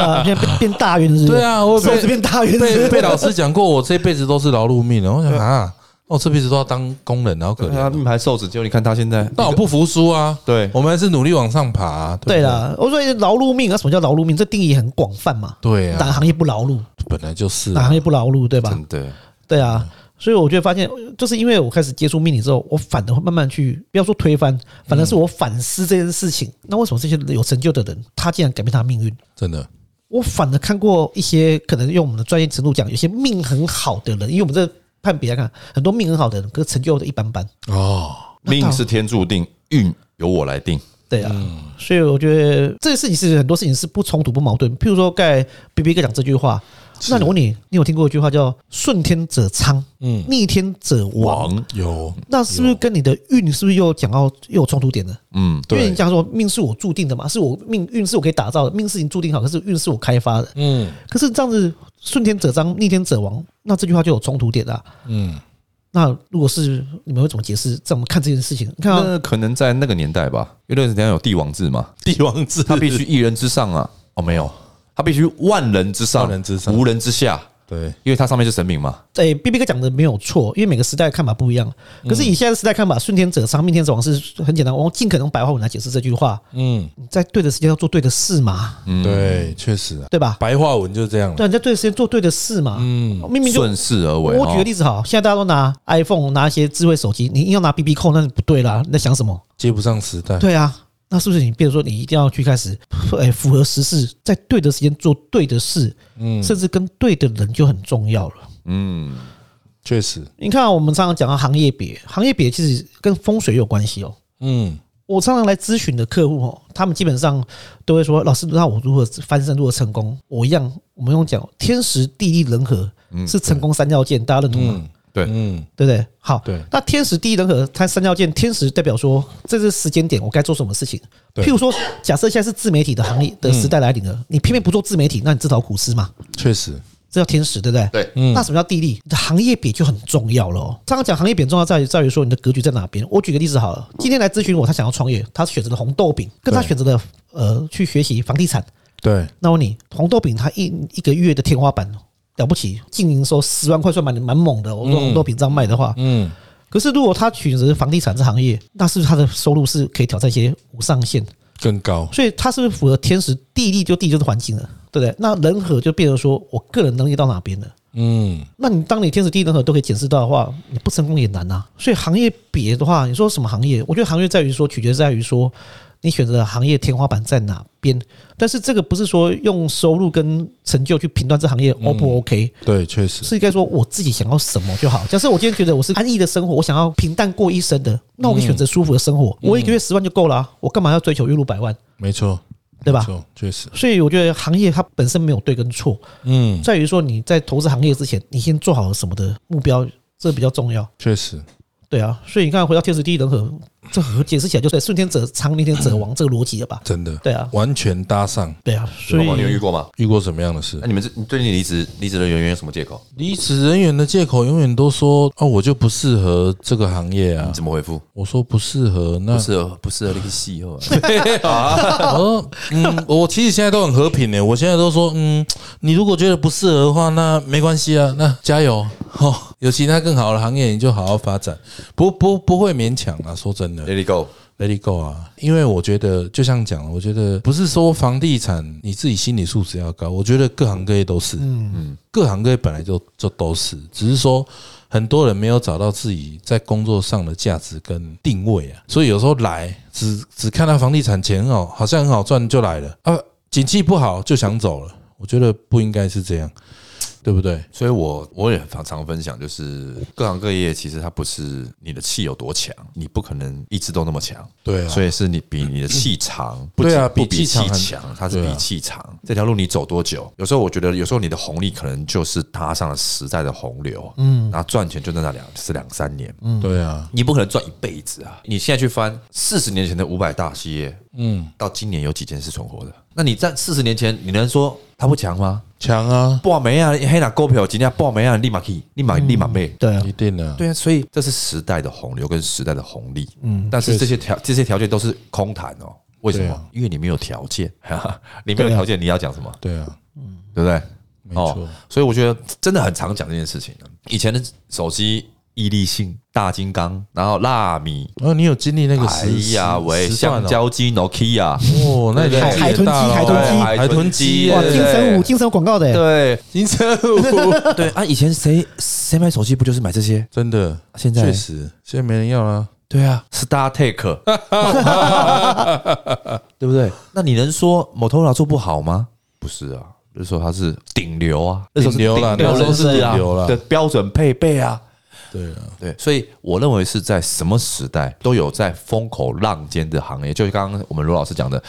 [SPEAKER 1] 啊，变变变大运是不是？
[SPEAKER 2] 对，啊，我
[SPEAKER 1] 手指
[SPEAKER 2] 被
[SPEAKER 1] 变大运是不
[SPEAKER 2] 被
[SPEAKER 1] 是
[SPEAKER 2] 被老师讲过，我这辈子都是劳碌命的。我想啊，我这辈子都要当工人，好可
[SPEAKER 3] 他
[SPEAKER 1] 啊
[SPEAKER 2] 怜。
[SPEAKER 3] 命盘瘦子，结果你看他现在，
[SPEAKER 2] 但我不服输啊，
[SPEAKER 3] 对
[SPEAKER 2] 我们还是努力往上爬啊。
[SPEAKER 1] 对
[SPEAKER 2] 不
[SPEAKER 1] 啦，我说劳碌命啊，什么叫劳碌命？这定义很广泛嘛，
[SPEAKER 2] 对
[SPEAKER 1] 哪个
[SPEAKER 2] 啊，
[SPEAKER 1] 行业不劳碌，
[SPEAKER 2] 本来就是
[SPEAKER 1] 哪个
[SPEAKER 2] 啊
[SPEAKER 1] 行业不劳碌，对吧？
[SPEAKER 3] 真的，
[SPEAKER 1] 对啊，所以我就发现，就是因为我开始接触命理之后，我反而会慢慢去，不要说推翻，反而是我反思这件事情。那为什么这些有成就的人，他竟然改变他的命运？
[SPEAKER 2] 真的。
[SPEAKER 1] 我反而看过一些可能用我们的专业程度讲，有些命很好的人，因为我们这判别来看，很多命很好的人，可是成就的一般般。
[SPEAKER 2] 哦，
[SPEAKER 3] 命是天注定，运由我来定。
[SPEAKER 1] 对啊，所以我觉得这个事情是很多事情是不冲突不矛盾。譬如说，盖 B B 哥讲这句话，那我问你，你有听过一句话叫“顺天者昌，
[SPEAKER 2] 嗯，
[SPEAKER 1] 逆天者亡”？
[SPEAKER 3] 王，嗯
[SPEAKER 2] 有，
[SPEAKER 1] 那是不是跟你的运是不是又讲到又有冲突点呢？
[SPEAKER 3] 嗯，
[SPEAKER 1] 因为
[SPEAKER 2] 对
[SPEAKER 1] 你讲说命是我注定的嘛，是我命运是我可以打造的，命是已经注定好，可是运是我开发的。
[SPEAKER 2] 嗯
[SPEAKER 1] 可是这样子顺天者昌，逆天者亡，那这句话就有冲突点啦、啊
[SPEAKER 2] 嗯，
[SPEAKER 1] 那如果是你们会怎么解释？怎么看这件事情？你看、啊，
[SPEAKER 3] 那可能在那个年代吧，因为那个年代有帝王制 嘛，
[SPEAKER 2] 帝王制，
[SPEAKER 3] 他必须一人之上啊， 哦，没有，他必须万人之上，
[SPEAKER 2] 万人之上
[SPEAKER 3] 无人之下，
[SPEAKER 2] 对，
[SPEAKER 3] 因为他上面是神明嘛，
[SPEAKER 1] 哎、b B 哥讲的没有错，因为每个时代的看法不一样。
[SPEAKER 2] 嗯
[SPEAKER 1] 可是以现在的时代看法，顺天者昌，逆天者亡是很简单，我用尽可能白话文来解释这句话：
[SPEAKER 2] 嗯，
[SPEAKER 1] 你在对的时间要做对的事嘛，
[SPEAKER 2] 对，确实啊，
[SPEAKER 1] 对吧？
[SPEAKER 2] 白话文就这样了。
[SPEAKER 1] 对，你在对的时间做对的事嘛，嗯，明明就
[SPEAKER 3] 顺势而为。
[SPEAKER 1] 我举个
[SPEAKER 3] 哦
[SPEAKER 1] 例子好，现在大家都拿 iPhone，拿一些智慧手机，你硬要拿 BB 扣，那是不对啦。你在想什么？
[SPEAKER 2] 接不上时代，
[SPEAKER 1] 对啊，那是不是你变成说你一定要去开始，哎，符合时事，在对的时间做对的事，嗯，甚至跟对的人就很重要了。
[SPEAKER 3] 嗯，
[SPEAKER 2] 确实，
[SPEAKER 1] 你看啊、我们常常讲到行业别，行业别其实跟风水有关系哦。
[SPEAKER 2] 嗯，
[SPEAKER 1] 我常常来咨询的客户哦，他们基本上都会说：“老师，那我如何翻身，如何成功？”我一样，我们用讲天时地利人和是成功三要件，大家认同吗？
[SPEAKER 2] 嗯，
[SPEAKER 3] 对
[SPEAKER 2] 嗯，
[SPEAKER 1] 对不对？好，
[SPEAKER 2] 对
[SPEAKER 1] 那天时地利人和，它三要件，天时代表说这是时间点，我该做什么事情。
[SPEAKER 2] 对嗯
[SPEAKER 1] 譬如说，假设现在是自媒体的行业的时代来临了，你偏偏不做自媒体，那你自讨苦吃嘛。
[SPEAKER 2] 确实，
[SPEAKER 1] 这叫天时，对不对？
[SPEAKER 3] 对
[SPEAKER 1] 那什么叫地利？行业比就很重要了、哦。刚刚讲行业比很重要在于在于说你的格局在哪边。我举个例子好了，今天来咨询我，他想要创业，他选择了红豆饼，跟他
[SPEAKER 2] 对
[SPEAKER 1] 选择了呃去学习房地产。
[SPEAKER 2] 对，
[SPEAKER 1] 那我问你，红豆饼它一一个月的天花板了不起，净营收十万块算蛮蛮猛的哦。我说红豆饼这样卖的话，
[SPEAKER 2] 嗯，
[SPEAKER 1] 可是如果他选择房地产这行业，那是不是他的收入是可以挑战一些无上限？
[SPEAKER 2] 更高，
[SPEAKER 1] 所以它是不是符合天时地利？就地就是环境了，对不对？那人和就变成说我个人能力到哪边了。
[SPEAKER 2] 嗯，
[SPEAKER 1] 那你当你天时地利人和都可以检视到的话，你不成功也难啊。所以行业别的话，你说什么行业？我觉得行业在于说，取决在于说你选择的行业天花板在哪边。但是这个不是说用收入跟成就去评断这行业 O 不 OK，、
[SPEAKER 2] 对，确实，
[SPEAKER 1] 是应该说我自己想要什么就好。假设我今天觉得我是安逸的生活，我想要平淡过一生的，那我可以选择舒服的生
[SPEAKER 2] 嗯
[SPEAKER 1] 活，我一个月十万就够了啊、我干嘛要追求月入百万，
[SPEAKER 2] 没错，
[SPEAKER 1] 对吧
[SPEAKER 2] 没？错，确实，
[SPEAKER 1] 所以我觉得行业它本身没有对跟错，
[SPEAKER 2] 嗯，
[SPEAKER 1] 在于说你在投资行业之前，你先做好什么的目标，这比较重要。
[SPEAKER 2] 确实，
[SPEAKER 1] 对啊，所以你看回到天时地利人和，这和解释起来就是顺天者昌，逆天者亡这个逻辑了吧？
[SPEAKER 2] 真的，
[SPEAKER 1] 对啊，
[SPEAKER 2] 完全搭上。
[SPEAKER 1] 对啊，所
[SPEAKER 3] 你有遇
[SPEAKER 1] 以
[SPEAKER 3] 过吗？
[SPEAKER 2] 遇过什么样的事
[SPEAKER 3] 那？你们这你对你离职离职的原因有什么借口？
[SPEAKER 2] 离职人员的借口永远都说啊，我就不适合这个行业啊
[SPEAKER 3] 你。怎么回复？
[SPEAKER 2] 我说不适合，那
[SPEAKER 3] 不 适合，不适合那个戏哦。
[SPEAKER 2] 我说嗯，我其实现在都很和平的，我现在都说嗯，你如果觉得不适合的话，那没关系啊，那加油 哦，有其他更好的行业你就好好发展，不不不会勉强啊，说真的
[SPEAKER 3] Let it go。
[SPEAKER 2] ，Let it go 啊，因为我觉得就像讲了，我觉得不是说房地产你自己心理素质要高，我觉得各行各业都是，嗯，各行各业本来就就都是，只是说很多人没有找到自己在工作上的价值跟定位啊，所以有时候来只只看到房地产钱哦，好像很好赚就来了啊，景气不好就想走了，我觉得不应该是这样，对不对？
[SPEAKER 3] 所以我我也常常分享，就是各行各业其实它不是你的气有多强，你不可能一直都那么强，
[SPEAKER 2] 对啊
[SPEAKER 3] 所以是你比你的气长，不
[SPEAKER 2] 对啊
[SPEAKER 3] 止不
[SPEAKER 2] 比气
[SPEAKER 3] 比
[SPEAKER 2] 长
[SPEAKER 3] 气
[SPEAKER 2] 很
[SPEAKER 3] 强，它是
[SPEAKER 2] 对啊
[SPEAKER 3] 比气长。这条路你走多久？有时候我觉得，有时候你的红利可能就是搭上了时代的洪流，嗯，然后赚钱就在那两是两三年，
[SPEAKER 2] 对啊，
[SPEAKER 3] 你不可能赚一辈子啊！你现在去翻四十年前的五百大企业，
[SPEAKER 2] 嗯，
[SPEAKER 3] 到今年有几件是存活的？那你在四十年前，你能说它不强吗？
[SPEAKER 2] 强啊，
[SPEAKER 3] 爆没啊，黑拿股票，今天爆没啊，立马去，立马立马卖。
[SPEAKER 1] 对啊
[SPEAKER 2] 一，定的、啊，
[SPEAKER 3] 对啊，所以这是时代的洪流跟时代的红利。嗯，但是这些条这些条件都是空谈哦。为什
[SPEAKER 2] 对
[SPEAKER 3] 么
[SPEAKER 2] 啊？
[SPEAKER 3] 因为你没有条件，哈哈 你没有条件，你要讲什么？
[SPEAKER 2] 对啊，
[SPEAKER 3] 啊对不对？
[SPEAKER 2] 没错，
[SPEAKER 3] 所以我觉得真的很常讲这件事情啊以前的手机毅力性、大金刚，然后纳米，
[SPEAKER 2] 哦，你有经历那个
[SPEAKER 3] 哎
[SPEAKER 2] 时
[SPEAKER 3] 呀喂，
[SPEAKER 2] 时段
[SPEAKER 3] 橡
[SPEAKER 2] 哦
[SPEAKER 3] 胶机 Nokia，
[SPEAKER 2] 哦，那你
[SPEAKER 3] 对
[SPEAKER 2] 年纪
[SPEAKER 1] 海
[SPEAKER 2] 也大
[SPEAKER 1] 海
[SPEAKER 2] 了哦
[SPEAKER 1] 豚机
[SPEAKER 2] 海
[SPEAKER 3] 海
[SPEAKER 2] 豚
[SPEAKER 3] 豚
[SPEAKER 2] 机，
[SPEAKER 3] 机
[SPEAKER 1] 哇，
[SPEAKER 3] 对
[SPEAKER 1] 金
[SPEAKER 3] 对对
[SPEAKER 1] 城武，金城武广告的欸，
[SPEAKER 3] 对
[SPEAKER 2] 金城武，
[SPEAKER 3] 对啊，以前谁谁买手机不就是买这些？
[SPEAKER 2] 真的，
[SPEAKER 3] 现在
[SPEAKER 2] 确实，现在没人要了，
[SPEAKER 3] 对啊，StarTech，对不对？ 那你能说 Motorola 做不好吗？不是啊，那时候它是顶流啊，那时候是
[SPEAKER 2] 顶流啦
[SPEAKER 3] 顶
[SPEAKER 1] 那时候是
[SPEAKER 3] 人士
[SPEAKER 2] 顶流啦
[SPEAKER 3] 啊的标准配备啊。
[SPEAKER 2] 对啊，
[SPEAKER 3] 对，所以我认为是在什么时代都有在风口浪尖的行业，就是刚刚我们罗老师讲的，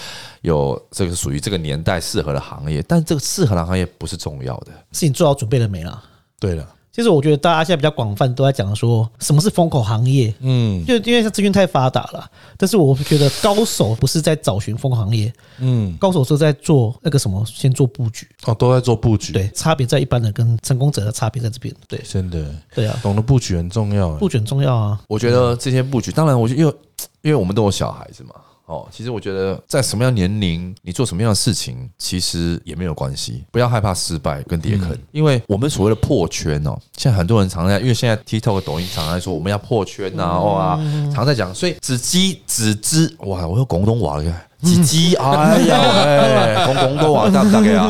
[SPEAKER 3] 有这个属于这个年代适合的行业，但这个适合的行业不是重要的。
[SPEAKER 1] 是你做好准备了没啦？
[SPEAKER 2] 对了，
[SPEAKER 1] 其实我觉得大家现在比较广泛都在讲说什么是风口行业，
[SPEAKER 2] 嗯
[SPEAKER 1] 就因为像资讯太发达了，但是我觉得高手不是在找寻风口行业，
[SPEAKER 2] 嗯，
[SPEAKER 1] 高手是在做那个什么，先做布局。
[SPEAKER 2] 哦，都在做布局，，
[SPEAKER 1] 对，差别在一般人跟成功者的差别在这边。对，
[SPEAKER 2] 真的，
[SPEAKER 1] 对啊，
[SPEAKER 2] 懂得布局很重要，
[SPEAKER 1] 布局很重要啊。
[SPEAKER 3] 我觉得这些布局，当然，我就因为因为我们都有小孩子嘛，哦，其实我觉得在什么样年龄，你做什么样的事情，其实也没有关系，不要害怕失败跟跌坑，因为我们所谓的破圈哦，现在很多人常在，因为现在 TikTok、抖音常在说我们要破圈啊，哇，常在讲，所以只鸡只知哇，我用广东话了。只鸡，哎呀，哎，公公都啊，大大概啊，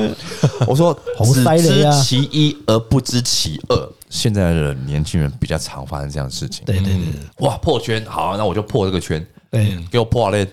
[SPEAKER 3] 我说
[SPEAKER 1] 红
[SPEAKER 3] 只
[SPEAKER 1] 塞雷
[SPEAKER 3] 知
[SPEAKER 1] 啊
[SPEAKER 3] 其一而不知其二。现在的年轻人比较常发生这样的事情，
[SPEAKER 1] 对对对
[SPEAKER 2] 嗯
[SPEAKER 3] 哇，破圈，好、啊那我就破这个圈，
[SPEAKER 1] 对，
[SPEAKER 3] 给我破 嘞！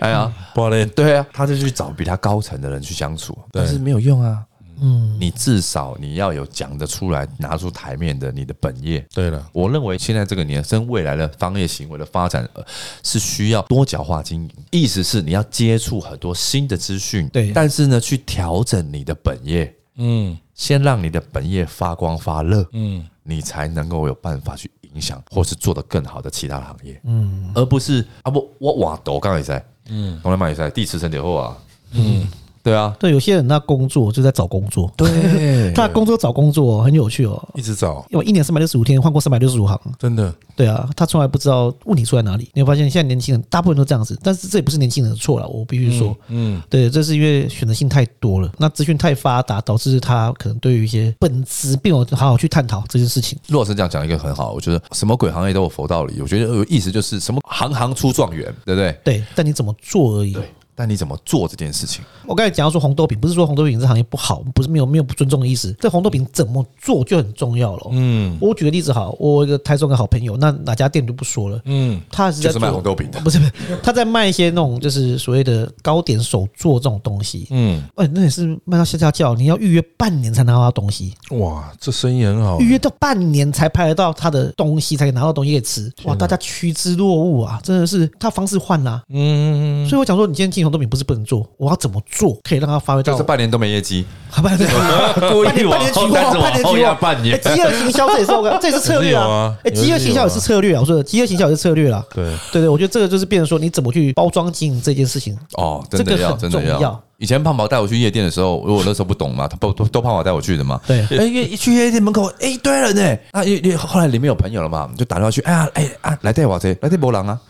[SPEAKER 3] 哎呀，
[SPEAKER 2] 不然嘞，
[SPEAKER 3] 对啊，他就去找比他高层的人去相处，但是没有用啊。
[SPEAKER 1] 嗯，
[SPEAKER 3] 你至少你要有讲得出来、拿出台面的你的本业。
[SPEAKER 2] 对了，
[SPEAKER 3] 我认为现在这个年跟未来的商业行为的发展呃是需要多角化经营，意思是你要接触很多新的资讯，
[SPEAKER 1] 对
[SPEAKER 3] 但是呢，去调整你的本业，
[SPEAKER 2] 嗯
[SPEAKER 3] 先让你的本业发光发热，
[SPEAKER 2] 嗯，
[SPEAKER 3] 你才能够有办法去影响或是做得更好的其他行业，嗯，而不是啊不我瓦斗刚才在，嗯，我来买赛，第四层点后啊，嗯，对啊，
[SPEAKER 1] 对，有些人他工作就在找工作，
[SPEAKER 2] 对
[SPEAKER 1] 他工作找工作很有趣哦。
[SPEAKER 2] 一直找，
[SPEAKER 1] 因为一年三百六十五天换过三百六十五行，
[SPEAKER 2] 真的，
[SPEAKER 1] 对啊，他从来不知道问题出在哪里。你会发现现在年轻人大部分都这样子，但是这也不是年轻人的错了，我必须说，
[SPEAKER 2] 嗯，
[SPEAKER 1] 对，这是因为选择性太多了，那资讯太发达，导致他可能对于一些本质并没有好好去探讨这件事情。
[SPEAKER 3] 陆老师这样讲一个很好，我觉得什么鬼行业都有佛道理，我觉得有意思就是什么行行出状元，对不对？
[SPEAKER 1] 对，但你怎么做而已。
[SPEAKER 3] 对，但你怎么做这件事情？
[SPEAKER 1] 我刚才讲到说红豆饼，不是说红豆饼这行业不好，不是没有没有不尊重的意思。这红豆饼怎么做就很重要了。
[SPEAKER 2] 嗯
[SPEAKER 1] 我举个例子好，我有一个台中的好朋友，那哪家店就不说了，
[SPEAKER 2] 嗯
[SPEAKER 1] 他是
[SPEAKER 3] 就
[SPEAKER 1] 在
[SPEAKER 3] 是卖
[SPEAKER 1] 做
[SPEAKER 3] 红豆饼的，
[SPEAKER 1] 不是不是，他在卖一些那种就是所谓的糕点手做这种东西。
[SPEAKER 2] 嗯，
[SPEAKER 1] 哎、那也是卖到下架叫，你要预约半年才拿到东西，
[SPEAKER 2] 哇，这生意很
[SPEAKER 3] 哦
[SPEAKER 2] 好
[SPEAKER 1] 预，约到半年才拍得到他的东西，才可以拿到东西给吃。
[SPEAKER 3] 啊
[SPEAKER 1] 哇，大家趋之若鹜啊，真的是他方式换啦、
[SPEAKER 2] 嗯，
[SPEAKER 1] 所以我讲说，你今天进红豆饼不是不能做，我要怎么做可以让它发挥到
[SPEAKER 3] 就是半年都没业绩，
[SPEAKER 1] 好吧，对，
[SPEAKER 3] 故
[SPEAKER 1] 半年半年举报，啊 半年举报，
[SPEAKER 3] 半
[SPEAKER 1] 哎饥饿行销这也是我 个，这也是策略啊。哎，
[SPEAKER 2] 也是
[SPEAKER 1] 饥
[SPEAKER 2] 有啊
[SPEAKER 1] 饿行销也是策略啊，我说的饥饿行销也是策略啦。啊
[SPEAKER 2] 对，
[SPEAKER 1] 对对，我觉得这个就是变成说你怎么去包装经营这件事情。
[SPEAKER 3] 哦，真的
[SPEAKER 1] 这个
[SPEAKER 3] 要，
[SPEAKER 1] 很
[SPEAKER 3] 真的
[SPEAKER 1] 重要。
[SPEAKER 3] 以前胖宝带我去夜店的时候，因为我那时候不懂嘛，他都都都胖宝带我去的嘛。
[SPEAKER 1] 对
[SPEAKER 3] 哎，因为一去夜店门口，哎一堆人呢，啊，因为因为后来里面有朋友了嘛，就打电话去，哎呀，哎啊，来带我这，来带波狼啊，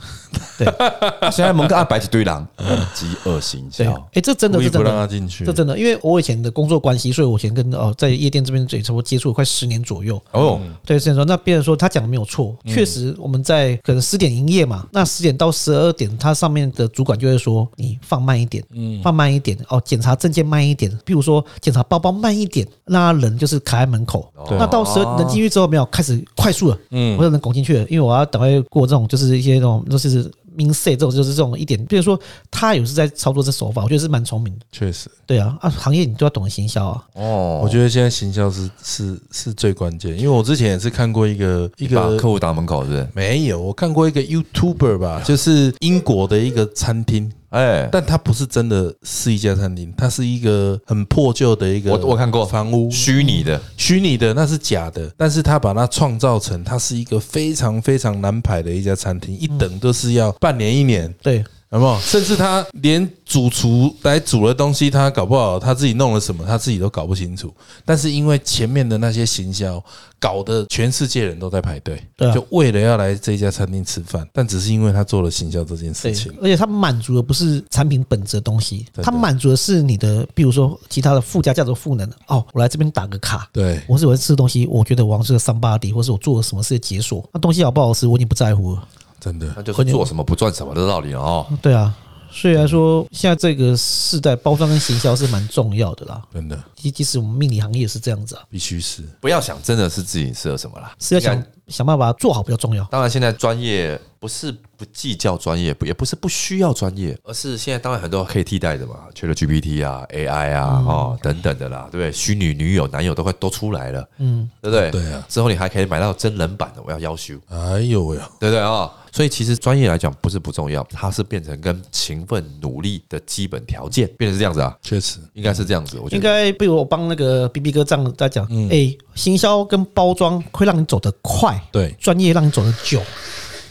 [SPEAKER 1] 对，
[SPEAKER 3] 啊现在门口啊摆几堆狼，饥饿行
[SPEAKER 1] 对，
[SPEAKER 3] 销，
[SPEAKER 1] 哎，这真的
[SPEAKER 2] 啊故意
[SPEAKER 1] 是
[SPEAKER 2] 不
[SPEAKER 1] 真
[SPEAKER 2] 让
[SPEAKER 1] 的
[SPEAKER 2] 他。进去
[SPEAKER 1] 这，真的，因为我以前的工作关系，所以我以前跟哦在夜店这边也差不多接触了快十年左右。
[SPEAKER 3] 哦，
[SPEAKER 1] 对，所以说那别人说他讲的没有错，确实我们在可能十点营业嘛，那十点到十二点，他上面的主管就会说你放慢一点，放慢一点哦，检查证件慢一点，譬如说检查包包慢一点，那人就是卡在门口。
[SPEAKER 2] 对
[SPEAKER 1] 那到时候人进去之后没有开始快速了，
[SPEAKER 2] 嗯
[SPEAKER 1] 我有人拱进去了，因为我要赶快过这种就是一些那种就是。明 C 这种就是这种一点，比如说他有是在操作这手法，我觉得是蛮聪明的。
[SPEAKER 2] 确实，
[SPEAKER 1] 对啊，啊，行业你都要懂得行销啊。
[SPEAKER 3] 哦，
[SPEAKER 2] 我觉得现在行销是是是最关键，因为我之前也是看过一个一
[SPEAKER 3] 你把
[SPEAKER 2] 个
[SPEAKER 3] 客户打门口是不是？
[SPEAKER 2] 没有，我看过一个 YouTuber 吧，就是英国的一个餐厅，
[SPEAKER 3] 哎，
[SPEAKER 2] 但它不是真的是一家餐厅，它是一个很破旧的一个，
[SPEAKER 3] 我我看过
[SPEAKER 2] 房屋
[SPEAKER 3] 虚拟的，
[SPEAKER 2] 虚拟的那是假的，但是他把它创造成它是一个非常非常难排的一家餐厅，一等都是要半年一年，
[SPEAKER 1] 对，
[SPEAKER 2] 有没有？甚至他连主厨来煮的东西，他搞不好他自己弄了什么，他自己都搞不清楚。但是因为前面的那些行销，搞得全世界人都在排队，
[SPEAKER 1] 对啊
[SPEAKER 2] 就为了要来这家餐厅吃饭，但只是因为他做了行销这件事
[SPEAKER 1] 对
[SPEAKER 2] 情，，
[SPEAKER 1] 而且它满足的不是产品本质的东西，
[SPEAKER 2] 真的
[SPEAKER 1] 它满足的是你的，比如说其他的附加价值的赋能。哦，我来这边打个卡，
[SPEAKER 2] 对。
[SPEAKER 1] 我是我在吃东西，我觉得我好像是个伤疤底，或是我做了什么事解锁，那东西好不好吃，我已经不在乎了。
[SPEAKER 2] 真的
[SPEAKER 3] 那就是做什么不赚什么的道理了哦。
[SPEAKER 1] 对啊，虽然说现在这个世代包装跟行销是蛮重要的啦，
[SPEAKER 2] 真的
[SPEAKER 1] 即即使我们命理行业也是这样子啊，
[SPEAKER 2] 必须是
[SPEAKER 3] 不要想真的是自己适合什么啦，
[SPEAKER 1] 是要
[SPEAKER 3] 应
[SPEAKER 1] 想
[SPEAKER 3] 该。
[SPEAKER 1] 想办法做好比较重要。
[SPEAKER 3] 当然，现在专业不是不计较专业，不也不是不需要专业，而是现在当然很多可以替代的嘛，ChatGPT 啊、AI 啊、
[SPEAKER 1] 嗯
[SPEAKER 3] 哦等等的啦，对不对？虚拟女友、男友都快都出来了，嗯，对不对？
[SPEAKER 2] 对啊，
[SPEAKER 3] 之后你还可以买到真人版的，我要要求，
[SPEAKER 2] 哎呦喂，
[SPEAKER 3] 对不对啊、所以其实专业来讲不是不重要，它是变成跟勤奋努力的基本条件，变成是这样子啊，
[SPEAKER 2] 确实，
[SPEAKER 3] 应该是这样子，我觉
[SPEAKER 1] 应
[SPEAKER 3] 得。
[SPEAKER 1] 该，比如我帮那个 B B 哥这样在讲，哎、行销跟包装会让你走得快，
[SPEAKER 2] 对
[SPEAKER 1] 专业让你走得久，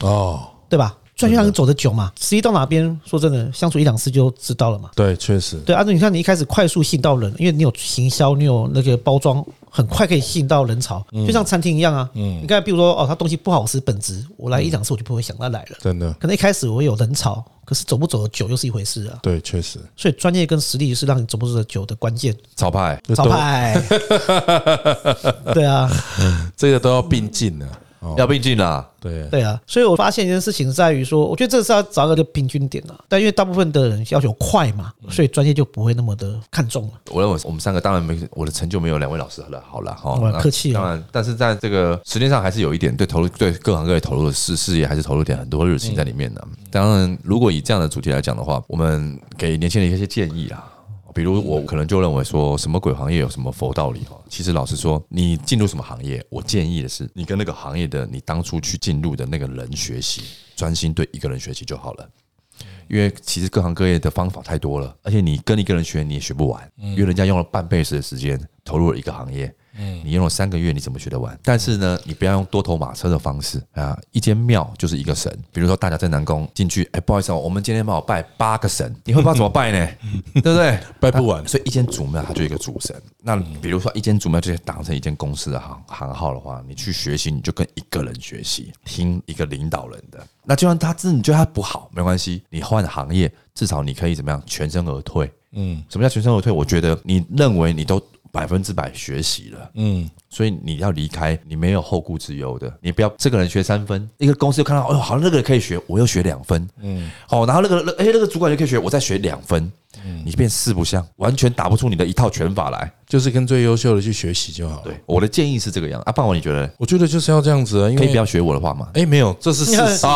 [SPEAKER 2] 哦，
[SPEAKER 1] 对吧？专业让你走得久嘛，实际到哪边，说真的，相处一两次就知道了嘛。
[SPEAKER 2] 对，确实，
[SPEAKER 1] 对，啊，你看你一开始快速吸引到人，因为你有行销，你有那个包装，很快可以吸引到人潮，
[SPEAKER 2] 嗯
[SPEAKER 1] 就像餐厅一样啊。你看，比如说哦，它东西不好吃，本质我来一两次我就不会想再来了。
[SPEAKER 2] 真的，
[SPEAKER 1] 可能一开始我会有人潮，可是走不走得久又是一回事啊。
[SPEAKER 2] 对，确实，
[SPEAKER 1] 所以专业跟实力是让你走不走得久的关键。
[SPEAKER 3] 潮牌，
[SPEAKER 2] 这
[SPEAKER 1] 招
[SPEAKER 2] 都
[SPEAKER 1] 牌，对啊，
[SPEAKER 2] 这个都要并进的、哦，
[SPEAKER 3] 要并进啦，
[SPEAKER 2] 对，
[SPEAKER 1] 对啊，所以我发现一件事情在于说，我觉得这是要找到一个平均点啊。但因为大部分的人要求快嘛，
[SPEAKER 2] 嗯
[SPEAKER 1] 所以专业就不会那么的看重了。
[SPEAKER 3] 我认为我们三个当然没我的成就没有两位老师了，好了哈，
[SPEAKER 1] 哇
[SPEAKER 3] 那
[SPEAKER 1] 客气哦
[SPEAKER 3] 当然，但是在这个时间上还是有一点对投入对各行各业投入的事事业还是投入点很多热情在
[SPEAKER 1] 嗯
[SPEAKER 3] 里面的。当然，如果以这样的主题来讲的话，我们给年轻人一些建议啊，比如我可能就认为说什么鬼行业有什么佛道理哈。其实老实说，你进入什么行业，我建议的是你跟那个行业的你当初去进入的那个人学习，专心对一个人学习就好了。因为其实各行各业的方法太多了，而且你跟一个人学你也学不完，因为人家用了半辈子的时间投入了一个行业，你用了三个月你怎么学得完？但是呢，你不要用多头马车的方式啊！一间庙就是一个神，比如说大甲镇南宫进去，哎，不好意思哦，我们今天帮我拜八个神，你会不知道怎么拜呢？对不对？
[SPEAKER 2] 拜不完
[SPEAKER 3] 啊所以一间主庙它就有一个主神。那比如说一间主庙就是当成一间公司的行行号的话，你去学习，你就跟一个人学习，听一个领导人的。那就算他真的你觉得他不好，没关系，你换行业，至少你可以怎么样全身而退。嗯，什么叫全身而退？我觉得你认为你都百分之百学习了，
[SPEAKER 2] 嗯，
[SPEAKER 3] 所以你要离开，你没有后顾之忧的。你不要这个人学三分，一个公司就看到，哦，好，那个人可以学，我又学两分，嗯，哦，然后那个，哎、那个主管就可以学，我再学两分，
[SPEAKER 2] 嗯
[SPEAKER 3] 你变四不像，完全打不出你的一套拳法来。
[SPEAKER 2] 就是跟最优秀的去学习就好了。
[SPEAKER 3] 对，我的建议是这个样。啊，傍晚你觉得
[SPEAKER 2] 我觉得就是要这样子啊，因
[SPEAKER 3] 可
[SPEAKER 2] 为
[SPEAKER 3] 以不要学我的 话吗？
[SPEAKER 2] 哎、没有，这是事实。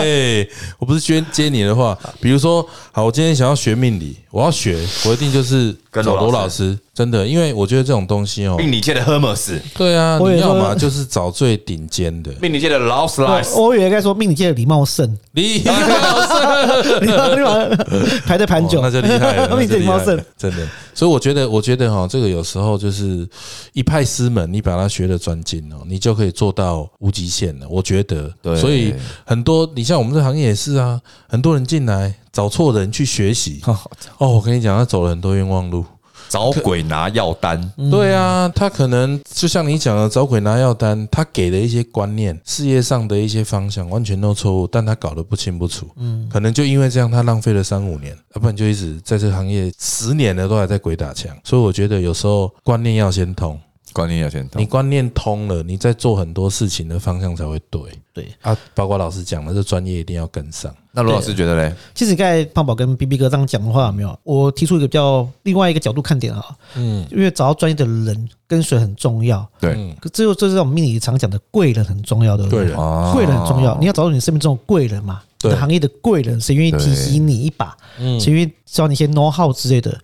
[SPEAKER 2] 哎，我不是接接你的话，比如说，好，我今天想要学命理，我要学，我一定就是
[SPEAKER 3] 跟
[SPEAKER 2] 找
[SPEAKER 3] 罗
[SPEAKER 2] 罗
[SPEAKER 3] 老
[SPEAKER 2] 老师，真的，因为我觉得这种东西哦，
[SPEAKER 3] 命理界的 Hermes，
[SPEAKER 2] 对啊，
[SPEAKER 1] 我也
[SPEAKER 2] 你要
[SPEAKER 1] 说
[SPEAKER 2] 嘛就是找最顶尖 的，
[SPEAKER 3] 命理界的劳斯莱斯，
[SPEAKER 1] 我我以为该说命理界的李茂 盛，
[SPEAKER 2] 厉害老师，
[SPEAKER 1] 李茂盛 排在盘
[SPEAKER 2] 哦
[SPEAKER 1] 九，
[SPEAKER 2] 那就厉 害了，那
[SPEAKER 1] 命理界
[SPEAKER 2] 就
[SPEAKER 1] 李
[SPEAKER 2] 厉
[SPEAKER 1] 茂
[SPEAKER 2] 害
[SPEAKER 1] 盛
[SPEAKER 2] 了，，真的。所以我觉得，我觉得哈，这个有时候就是一派师门，你把它学的专精哦，你就可以做到无极限了。我觉得，
[SPEAKER 3] 对
[SPEAKER 2] 所以很多你像我们这行业也是啊，很多人进来找错人去学习哦，我跟你讲，他走了很多冤枉路。
[SPEAKER 3] 找鬼拿药单，
[SPEAKER 2] 对啊，他可能就像你讲的，找鬼拿药单，他给的一些观念、事业上的一些方向，完全都错误，但他搞得不清不楚。嗯，可能就因为这样，他浪费了三五年，啊要不然就一直在这个行业十年了，都还在鬼打墙。所以我觉得有时候观念要先通，
[SPEAKER 3] 观念要先
[SPEAKER 2] 你
[SPEAKER 3] 懂。
[SPEAKER 2] 观念通了，你在做很多事情的方向才会对。
[SPEAKER 1] 对
[SPEAKER 2] 啊，包括老师讲的，这专业一定要跟上。
[SPEAKER 3] 那罗老师觉得嘞？
[SPEAKER 1] 其实刚才胖宝跟 B B 哥这样讲的话，有没有？我提出一个比较另外一个角度看点啊，嗯，因为找到专业的人跟随很重要，
[SPEAKER 3] 对，
[SPEAKER 1] 可只有就是这种命理常讲的贵人很重要，对不对？
[SPEAKER 2] 贵人
[SPEAKER 3] 哦
[SPEAKER 1] 贵人很重要，你要找到你生命中的贵人嘛，
[SPEAKER 2] 对嗯
[SPEAKER 1] 你的行业的贵人，谁愿意提醒你一把？谁愿意教你一些 know how 之类的？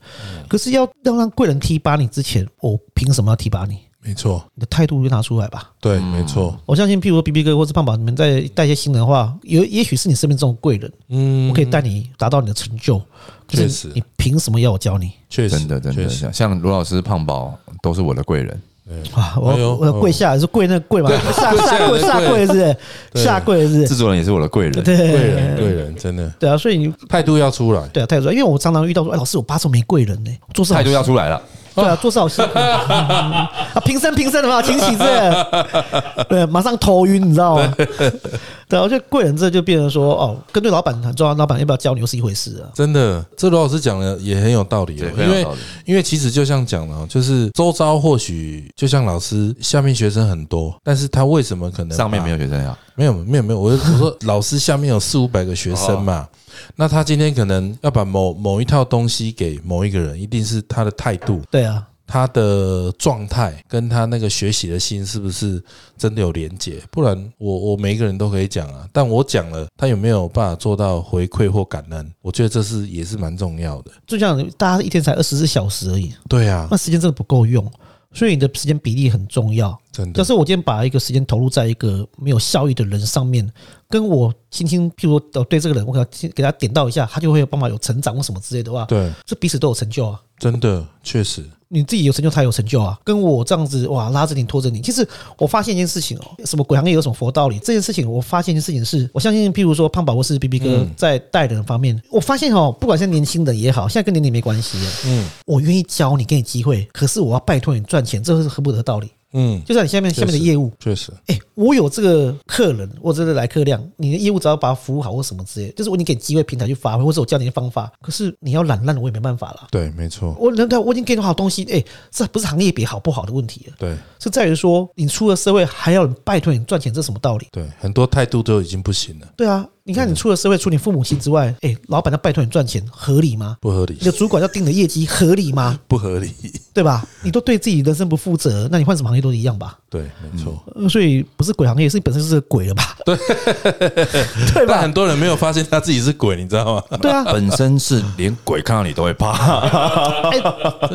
[SPEAKER 1] 可是要要让贵人提拔你之前，我凭什么要提拔你？
[SPEAKER 2] 没错，
[SPEAKER 1] 你的态度就拿出来吧。
[SPEAKER 2] 对，没错，
[SPEAKER 1] 我相信，譬如说 B B 哥或是胖宝，你们在带一些新人的话，也也许是你生命中的贵人，
[SPEAKER 2] 嗯
[SPEAKER 1] 我可以带你达到你的成就。可
[SPEAKER 2] 确
[SPEAKER 1] 是
[SPEAKER 2] 实
[SPEAKER 1] 你凭什么要我教你？
[SPEAKER 2] 确实，
[SPEAKER 3] 真的真
[SPEAKER 2] 确
[SPEAKER 3] 的，
[SPEAKER 2] 实
[SPEAKER 3] 像像罗老师、胖宝都是我的贵人。
[SPEAKER 1] 哇！
[SPEAKER 2] 哎呦
[SPEAKER 1] 我我跪下是跪那个跪嘛，下下跪
[SPEAKER 2] 跪
[SPEAKER 1] 下跪是不是下跪是不
[SPEAKER 3] 制
[SPEAKER 1] 是？
[SPEAKER 3] 作人也是我的贵人。
[SPEAKER 1] 对
[SPEAKER 2] 贵人，贵人，真的
[SPEAKER 1] 对啊，所以你
[SPEAKER 2] 态度要出来。
[SPEAKER 1] 对啊，太多，因为我常常遇到说，哎，老师，我八字没贵人呢、做事好
[SPEAKER 3] 态度要哦出来了，
[SPEAKER 1] 对啊，做事好辛苦、 嗯啊，平身平身的嘛，挺起这，对，马上头晕，你知道吗？ 对啊，我觉得贵人这就变成说，哦，跟对老板很重要，老板要不要教你又是一回事啊。
[SPEAKER 2] 真的，这罗老师讲的也很有道理、哦
[SPEAKER 3] 对，
[SPEAKER 2] 因
[SPEAKER 3] 很有
[SPEAKER 2] 为
[SPEAKER 3] 道理
[SPEAKER 2] 因为其实就像讲的哦，就是周遭或许就像老师下面学生很多，但是他为什么可能
[SPEAKER 3] 上面
[SPEAKER 2] 把
[SPEAKER 3] 没有学生呀，
[SPEAKER 2] 没有没有没有，我我说老师下面有四五百个学生
[SPEAKER 3] 哦
[SPEAKER 2] 嘛，那他今天可能要把某某一套东西给某一个人，一定是他的态度、
[SPEAKER 1] 对啊，
[SPEAKER 2] 他的状态跟他那个学习的心是不是真的有连结？不然我我每一个人都可以讲啊，但我讲了，他有没有办法做到回馈或感恩？我觉得这是也是蛮重要的。
[SPEAKER 1] 就像大家一天才二十四小时而已，
[SPEAKER 2] 对啊
[SPEAKER 1] 那，时间真的不够用，所以你的时间比例很重要。
[SPEAKER 2] 真
[SPEAKER 1] 要
[SPEAKER 2] 的，
[SPEAKER 1] 是我今天把一个时间投入在一个没有效益的人上面，跟我轻轻，譬如说，哦，对这个人，我给他给他点到一下，他就会有办法有成长或什么之类的话，
[SPEAKER 2] 对，
[SPEAKER 1] 这彼此都有成就啊。
[SPEAKER 2] 真的，确实，
[SPEAKER 1] 你自己有成就，他有成就啊。跟我这样子哇，拉着你拖着你。其实我发现一件事情哦，什么鬼行业有什么佛道理？这件事情我发现一件事情是，我相信，譬如说胖宝或是 B B
[SPEAKER 2] 嗯
[SPEAKER 1] 哥在带人方面，我发现哦，不管是年轻人也好，现在跟年龄没关系，嗯，我愿意教你，给你机会，可是我要拜托你赚钱，这是合不合道理？
[SPEAKER 2] 嗯，
[SPEAKER 1] 就像你下面
[SPEAKER 2] 确
[SPEAKER 1] 下
[SPEAKER 2] 实
[SPEAKER 1] 面的业务。
[SPEAKER 2] 确实，
[SPEAKER 1] 哎、我有这个客人，我这个来客量，你的业务只要把它服务好或什么之类的，就是我你给机会平台去发挥，或者我教你的方法。可是你要懒烂，我也没办法啦。
[SPEAKER 2] 对，没错，
[SPEAKER 1] 我能对，我已经给你好东西，哎、这不是行业别好不好的问题了，
[SPEAKER 2] 对
[SPEAKER 1] 是在于说你出了社会还要人拜托你赚钱，这什么道理？
[SPEAKER 2] 对，很多态度都已经不行了。
[SPEAKER 1] 对啊，你看你出了社会，除你父母亲之外，哎、老板要拜托你赚钱，合理吗？
[SPEAKER 2] 不合理
[SPEAKER 1] 你，的主管要定你的业绩，合理吗？
[SPEAKER 2] 不合理，
[SPEAKER 1] 对吧？你都对自己人生不负责，那你换什么行业都一样吧？
[SPEAKER 2] 对，没错。
[SPEAKER 1] 呃所以不是鬼行业，是你本身就是个鬼了吧？对，啊对
[SPEAKER 2] 但
[SPEAKER 1] 吧
[SPEAKER 2] 很？多人没有发现他自己是鬼，你知道吗？
[SPEAKER 1] 对啊，
[SPEAKER 3] 本身是连鬼看到你都会怕，
[SPEAKER 1] 哎、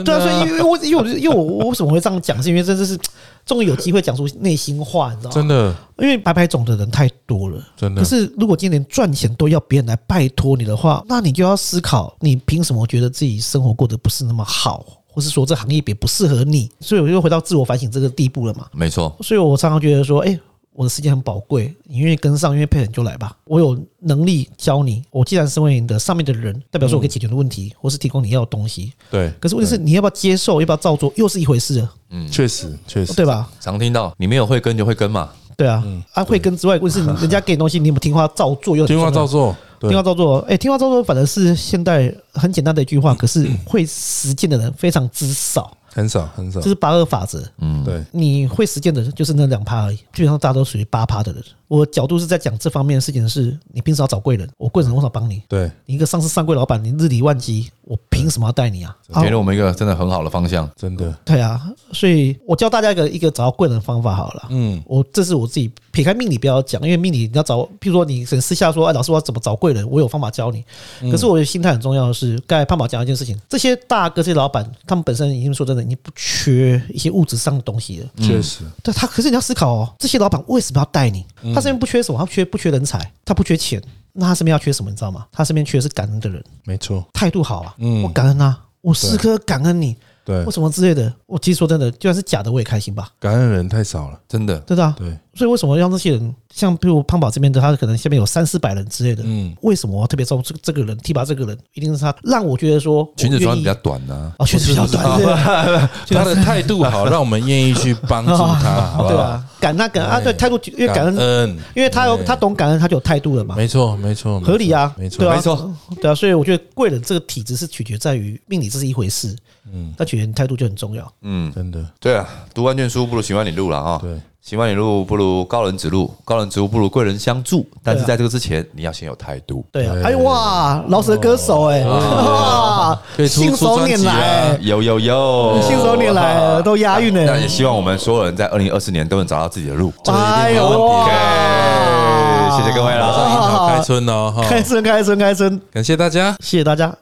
[SPEAKER 1] 对啊，所以因为我因为我因为我我为什么会这样讲，是因为这就是终于有机会讲出内心话，你知道吗？
[SPEAKER 2] 真的，
[SPEAKER 1] 因为白白种的人太多了，
[SPEAKER 2] 真的
[SPEAKER 1] 可是如果今年赚钱都要别人来拜托你的话，那你就要思考，你凭什么觉得自己生活过得不是那么好，或是说这行业也不适合你？所以我就回到自我反省这个地步了嘛。
[SPEAKER 3] 没错，
[SPEAKER 1] 所以我常常觉得说，哎、我的时间很宝贵，你愿意跟上，愿意配合你就来吧。我有能力教你，我既然身为你的上面的人，代表说我可以解决你的问题，或是提供你要的东西。
[SPEAKER 2] 对，
[SPEAKER 1] 可是问题是，你要不要接受，要不要照做，又是一回事了，
[SPEAKER 2] 确实，确实，
[SPEAKER 1] 对吧？
[SPEAKER 3] 常听到你没有会跟就会跟嘛，
[SPEAKER 1] 对啊，啊会跟之外，问题是人家给你东西，你有没有听话照做？又很
[SPEAKER 2] 嗯 听话
[SPEAKER 1] 重要
[SPEAKER 2] 照做，对
[SPEAKER 1] 听话照做，哎、听话照做反而是现代很简单的一句话，可是会实践的人非常之少，
[SPEAKER 2] 很少，很少嗯
[SPEAKER 1] 这，是八二法则。
[SPEAKER 2] 对，
[SPEAKER 1] 你会实践的人就是那两趴而已，基本上大家都属于八趴的人。我角度是在讲这方面的事情是，你平时要找贵人，我贵人多少帮你？
[SPEAKER 2] 对，
[SPEAKER 1] 你一个上市上柜老板，你日理万机，我凭什么要带你啊？啊
[SPEAKER 3] 给了我们一个真的很好的方向。
[SPEAKER 2] 真的，
[SPEAKER 1] 对啊，所以我教大家一个一个找到贵人的方法好了。嗯，我这是我自己撇开命理不要讲，因为命理你要找，譬如说你可能私下说，哎，老师我要怎么找贵人，我有方法教你。
[SPEAKER 2] 嗯
[SPEAKER 1] 可是我的心态很重要的是，刚才胖宝讲一件事情，这些大哥、这些老板，他们本身已经说真的，已经不缺一些物质上的东西了。
[SPEAKER 2] 确实，
[SPEAKER 1] 对他，可是你要思考哦，这些老板为什么要带你？
[SPEAKER 2] 嗯
[SPEAKER 1] 他身边不缺什么，他缺不缺人才？他不缺钱，那他身边要缺什么？你知道吗？他身边缺的是感恩的人，
[SPEAKER 2] 没错，
[SPEAKER 1] 态度好啊，
[SPEAKER 2] 嗯
[SPEAKER 1] 我感恩啊，我时刻感恩你，
[SPEAKER 2] 对
[SPEAKER 1] 或，什么之类的。我其实说真的，就算是假的，我也开心吧，
[SPEAKER 2] 感染人太少了，
[SPEAKER 3] 真的，
[SPEAKER 1] 对的啊。
[SPEAKER 2] 对，
[SPEAKER 1] 所以为什么让这些人，像比如胖宝这边的，他可能下面有三四百人之类的，
[SPEAKER 2] 嗯，
[SPEAKER 1] 为什么我要特别照顾这这个人，提拔这个人，一定是他让我觉得说我
[SPEAKER 3] 裙子穿
[SPEAKER 1] 愿
[SPEAKER 3] 比
[SPEAKER 1] 意
[SPEAKER 3] 较短呢、
[SPEAKER 1] 啊，确实比较短，对啊
[SPEAKER 2] 他的态度好，让我们愿意去帮助他， 好不
[SPEAKER 1] 对
[SPEAKER 2] 好？
[SPEAKER 1] 啊，感那感恩啊，对态度越感恩，
[SPEAKER 2] 恩，哎
[SPEAKER 1] 因为他有他懂感恩，他就有态度了嘛。
[SPEAKER 2] 没错，没错，
[SPEAKER 1] 合理啊，
[SPEAKER 2] 没错，
[SPEAKER 1] 对啊，
[SPEAKER 3] 没错，
[SPEAKER 1] 对啊，所以我觉得贵人这个体质是取决在于命理，这是一回事，嗯，但取决于态度就很重要。
[SPEAKER 2] 真的，
[SPEAKER 3] 对啊，读万卷书不如行万里路了啊。
[SPEAKER 2] 对，
[SPEAKER 3] 行万里路不如高人指路，高人指路不如贵人相助。但是在这个之前，你要先有态度。
[SPEAKER 1] 对啊，
[SPEAKER 2] 对
[SPEAKER 1] 哎哇，老舍歌手哎，哇
[SPEAKER 2] 可以，出啊
[SPEAKER 1] 信手拈来，
[SPEAKER 3] 有有
[SPEAKER 2] 哦
[SPEAKER 3] 有，
[SPEAKER 1] 信手拈来，都押韵
[SPEAKER 3] 那也
[SPEAKER 1] 哎，
[SPEAKER 3] 希望我们所有人在二零二四年都能找到自己的路。
[SPEAKER 1] 哎
[SPEAKER 2] 没问题
[SPEAKER 1] 哇
[SPEAKER 3] OK，谢谢各位了
[SPEAKER 2] 马上樱桃开春了哈，
[SPEAKER 1] 开春开春开春，
[SPEAKER 2] 感谢大家。
[SPEAKER 1] 谢谢大家。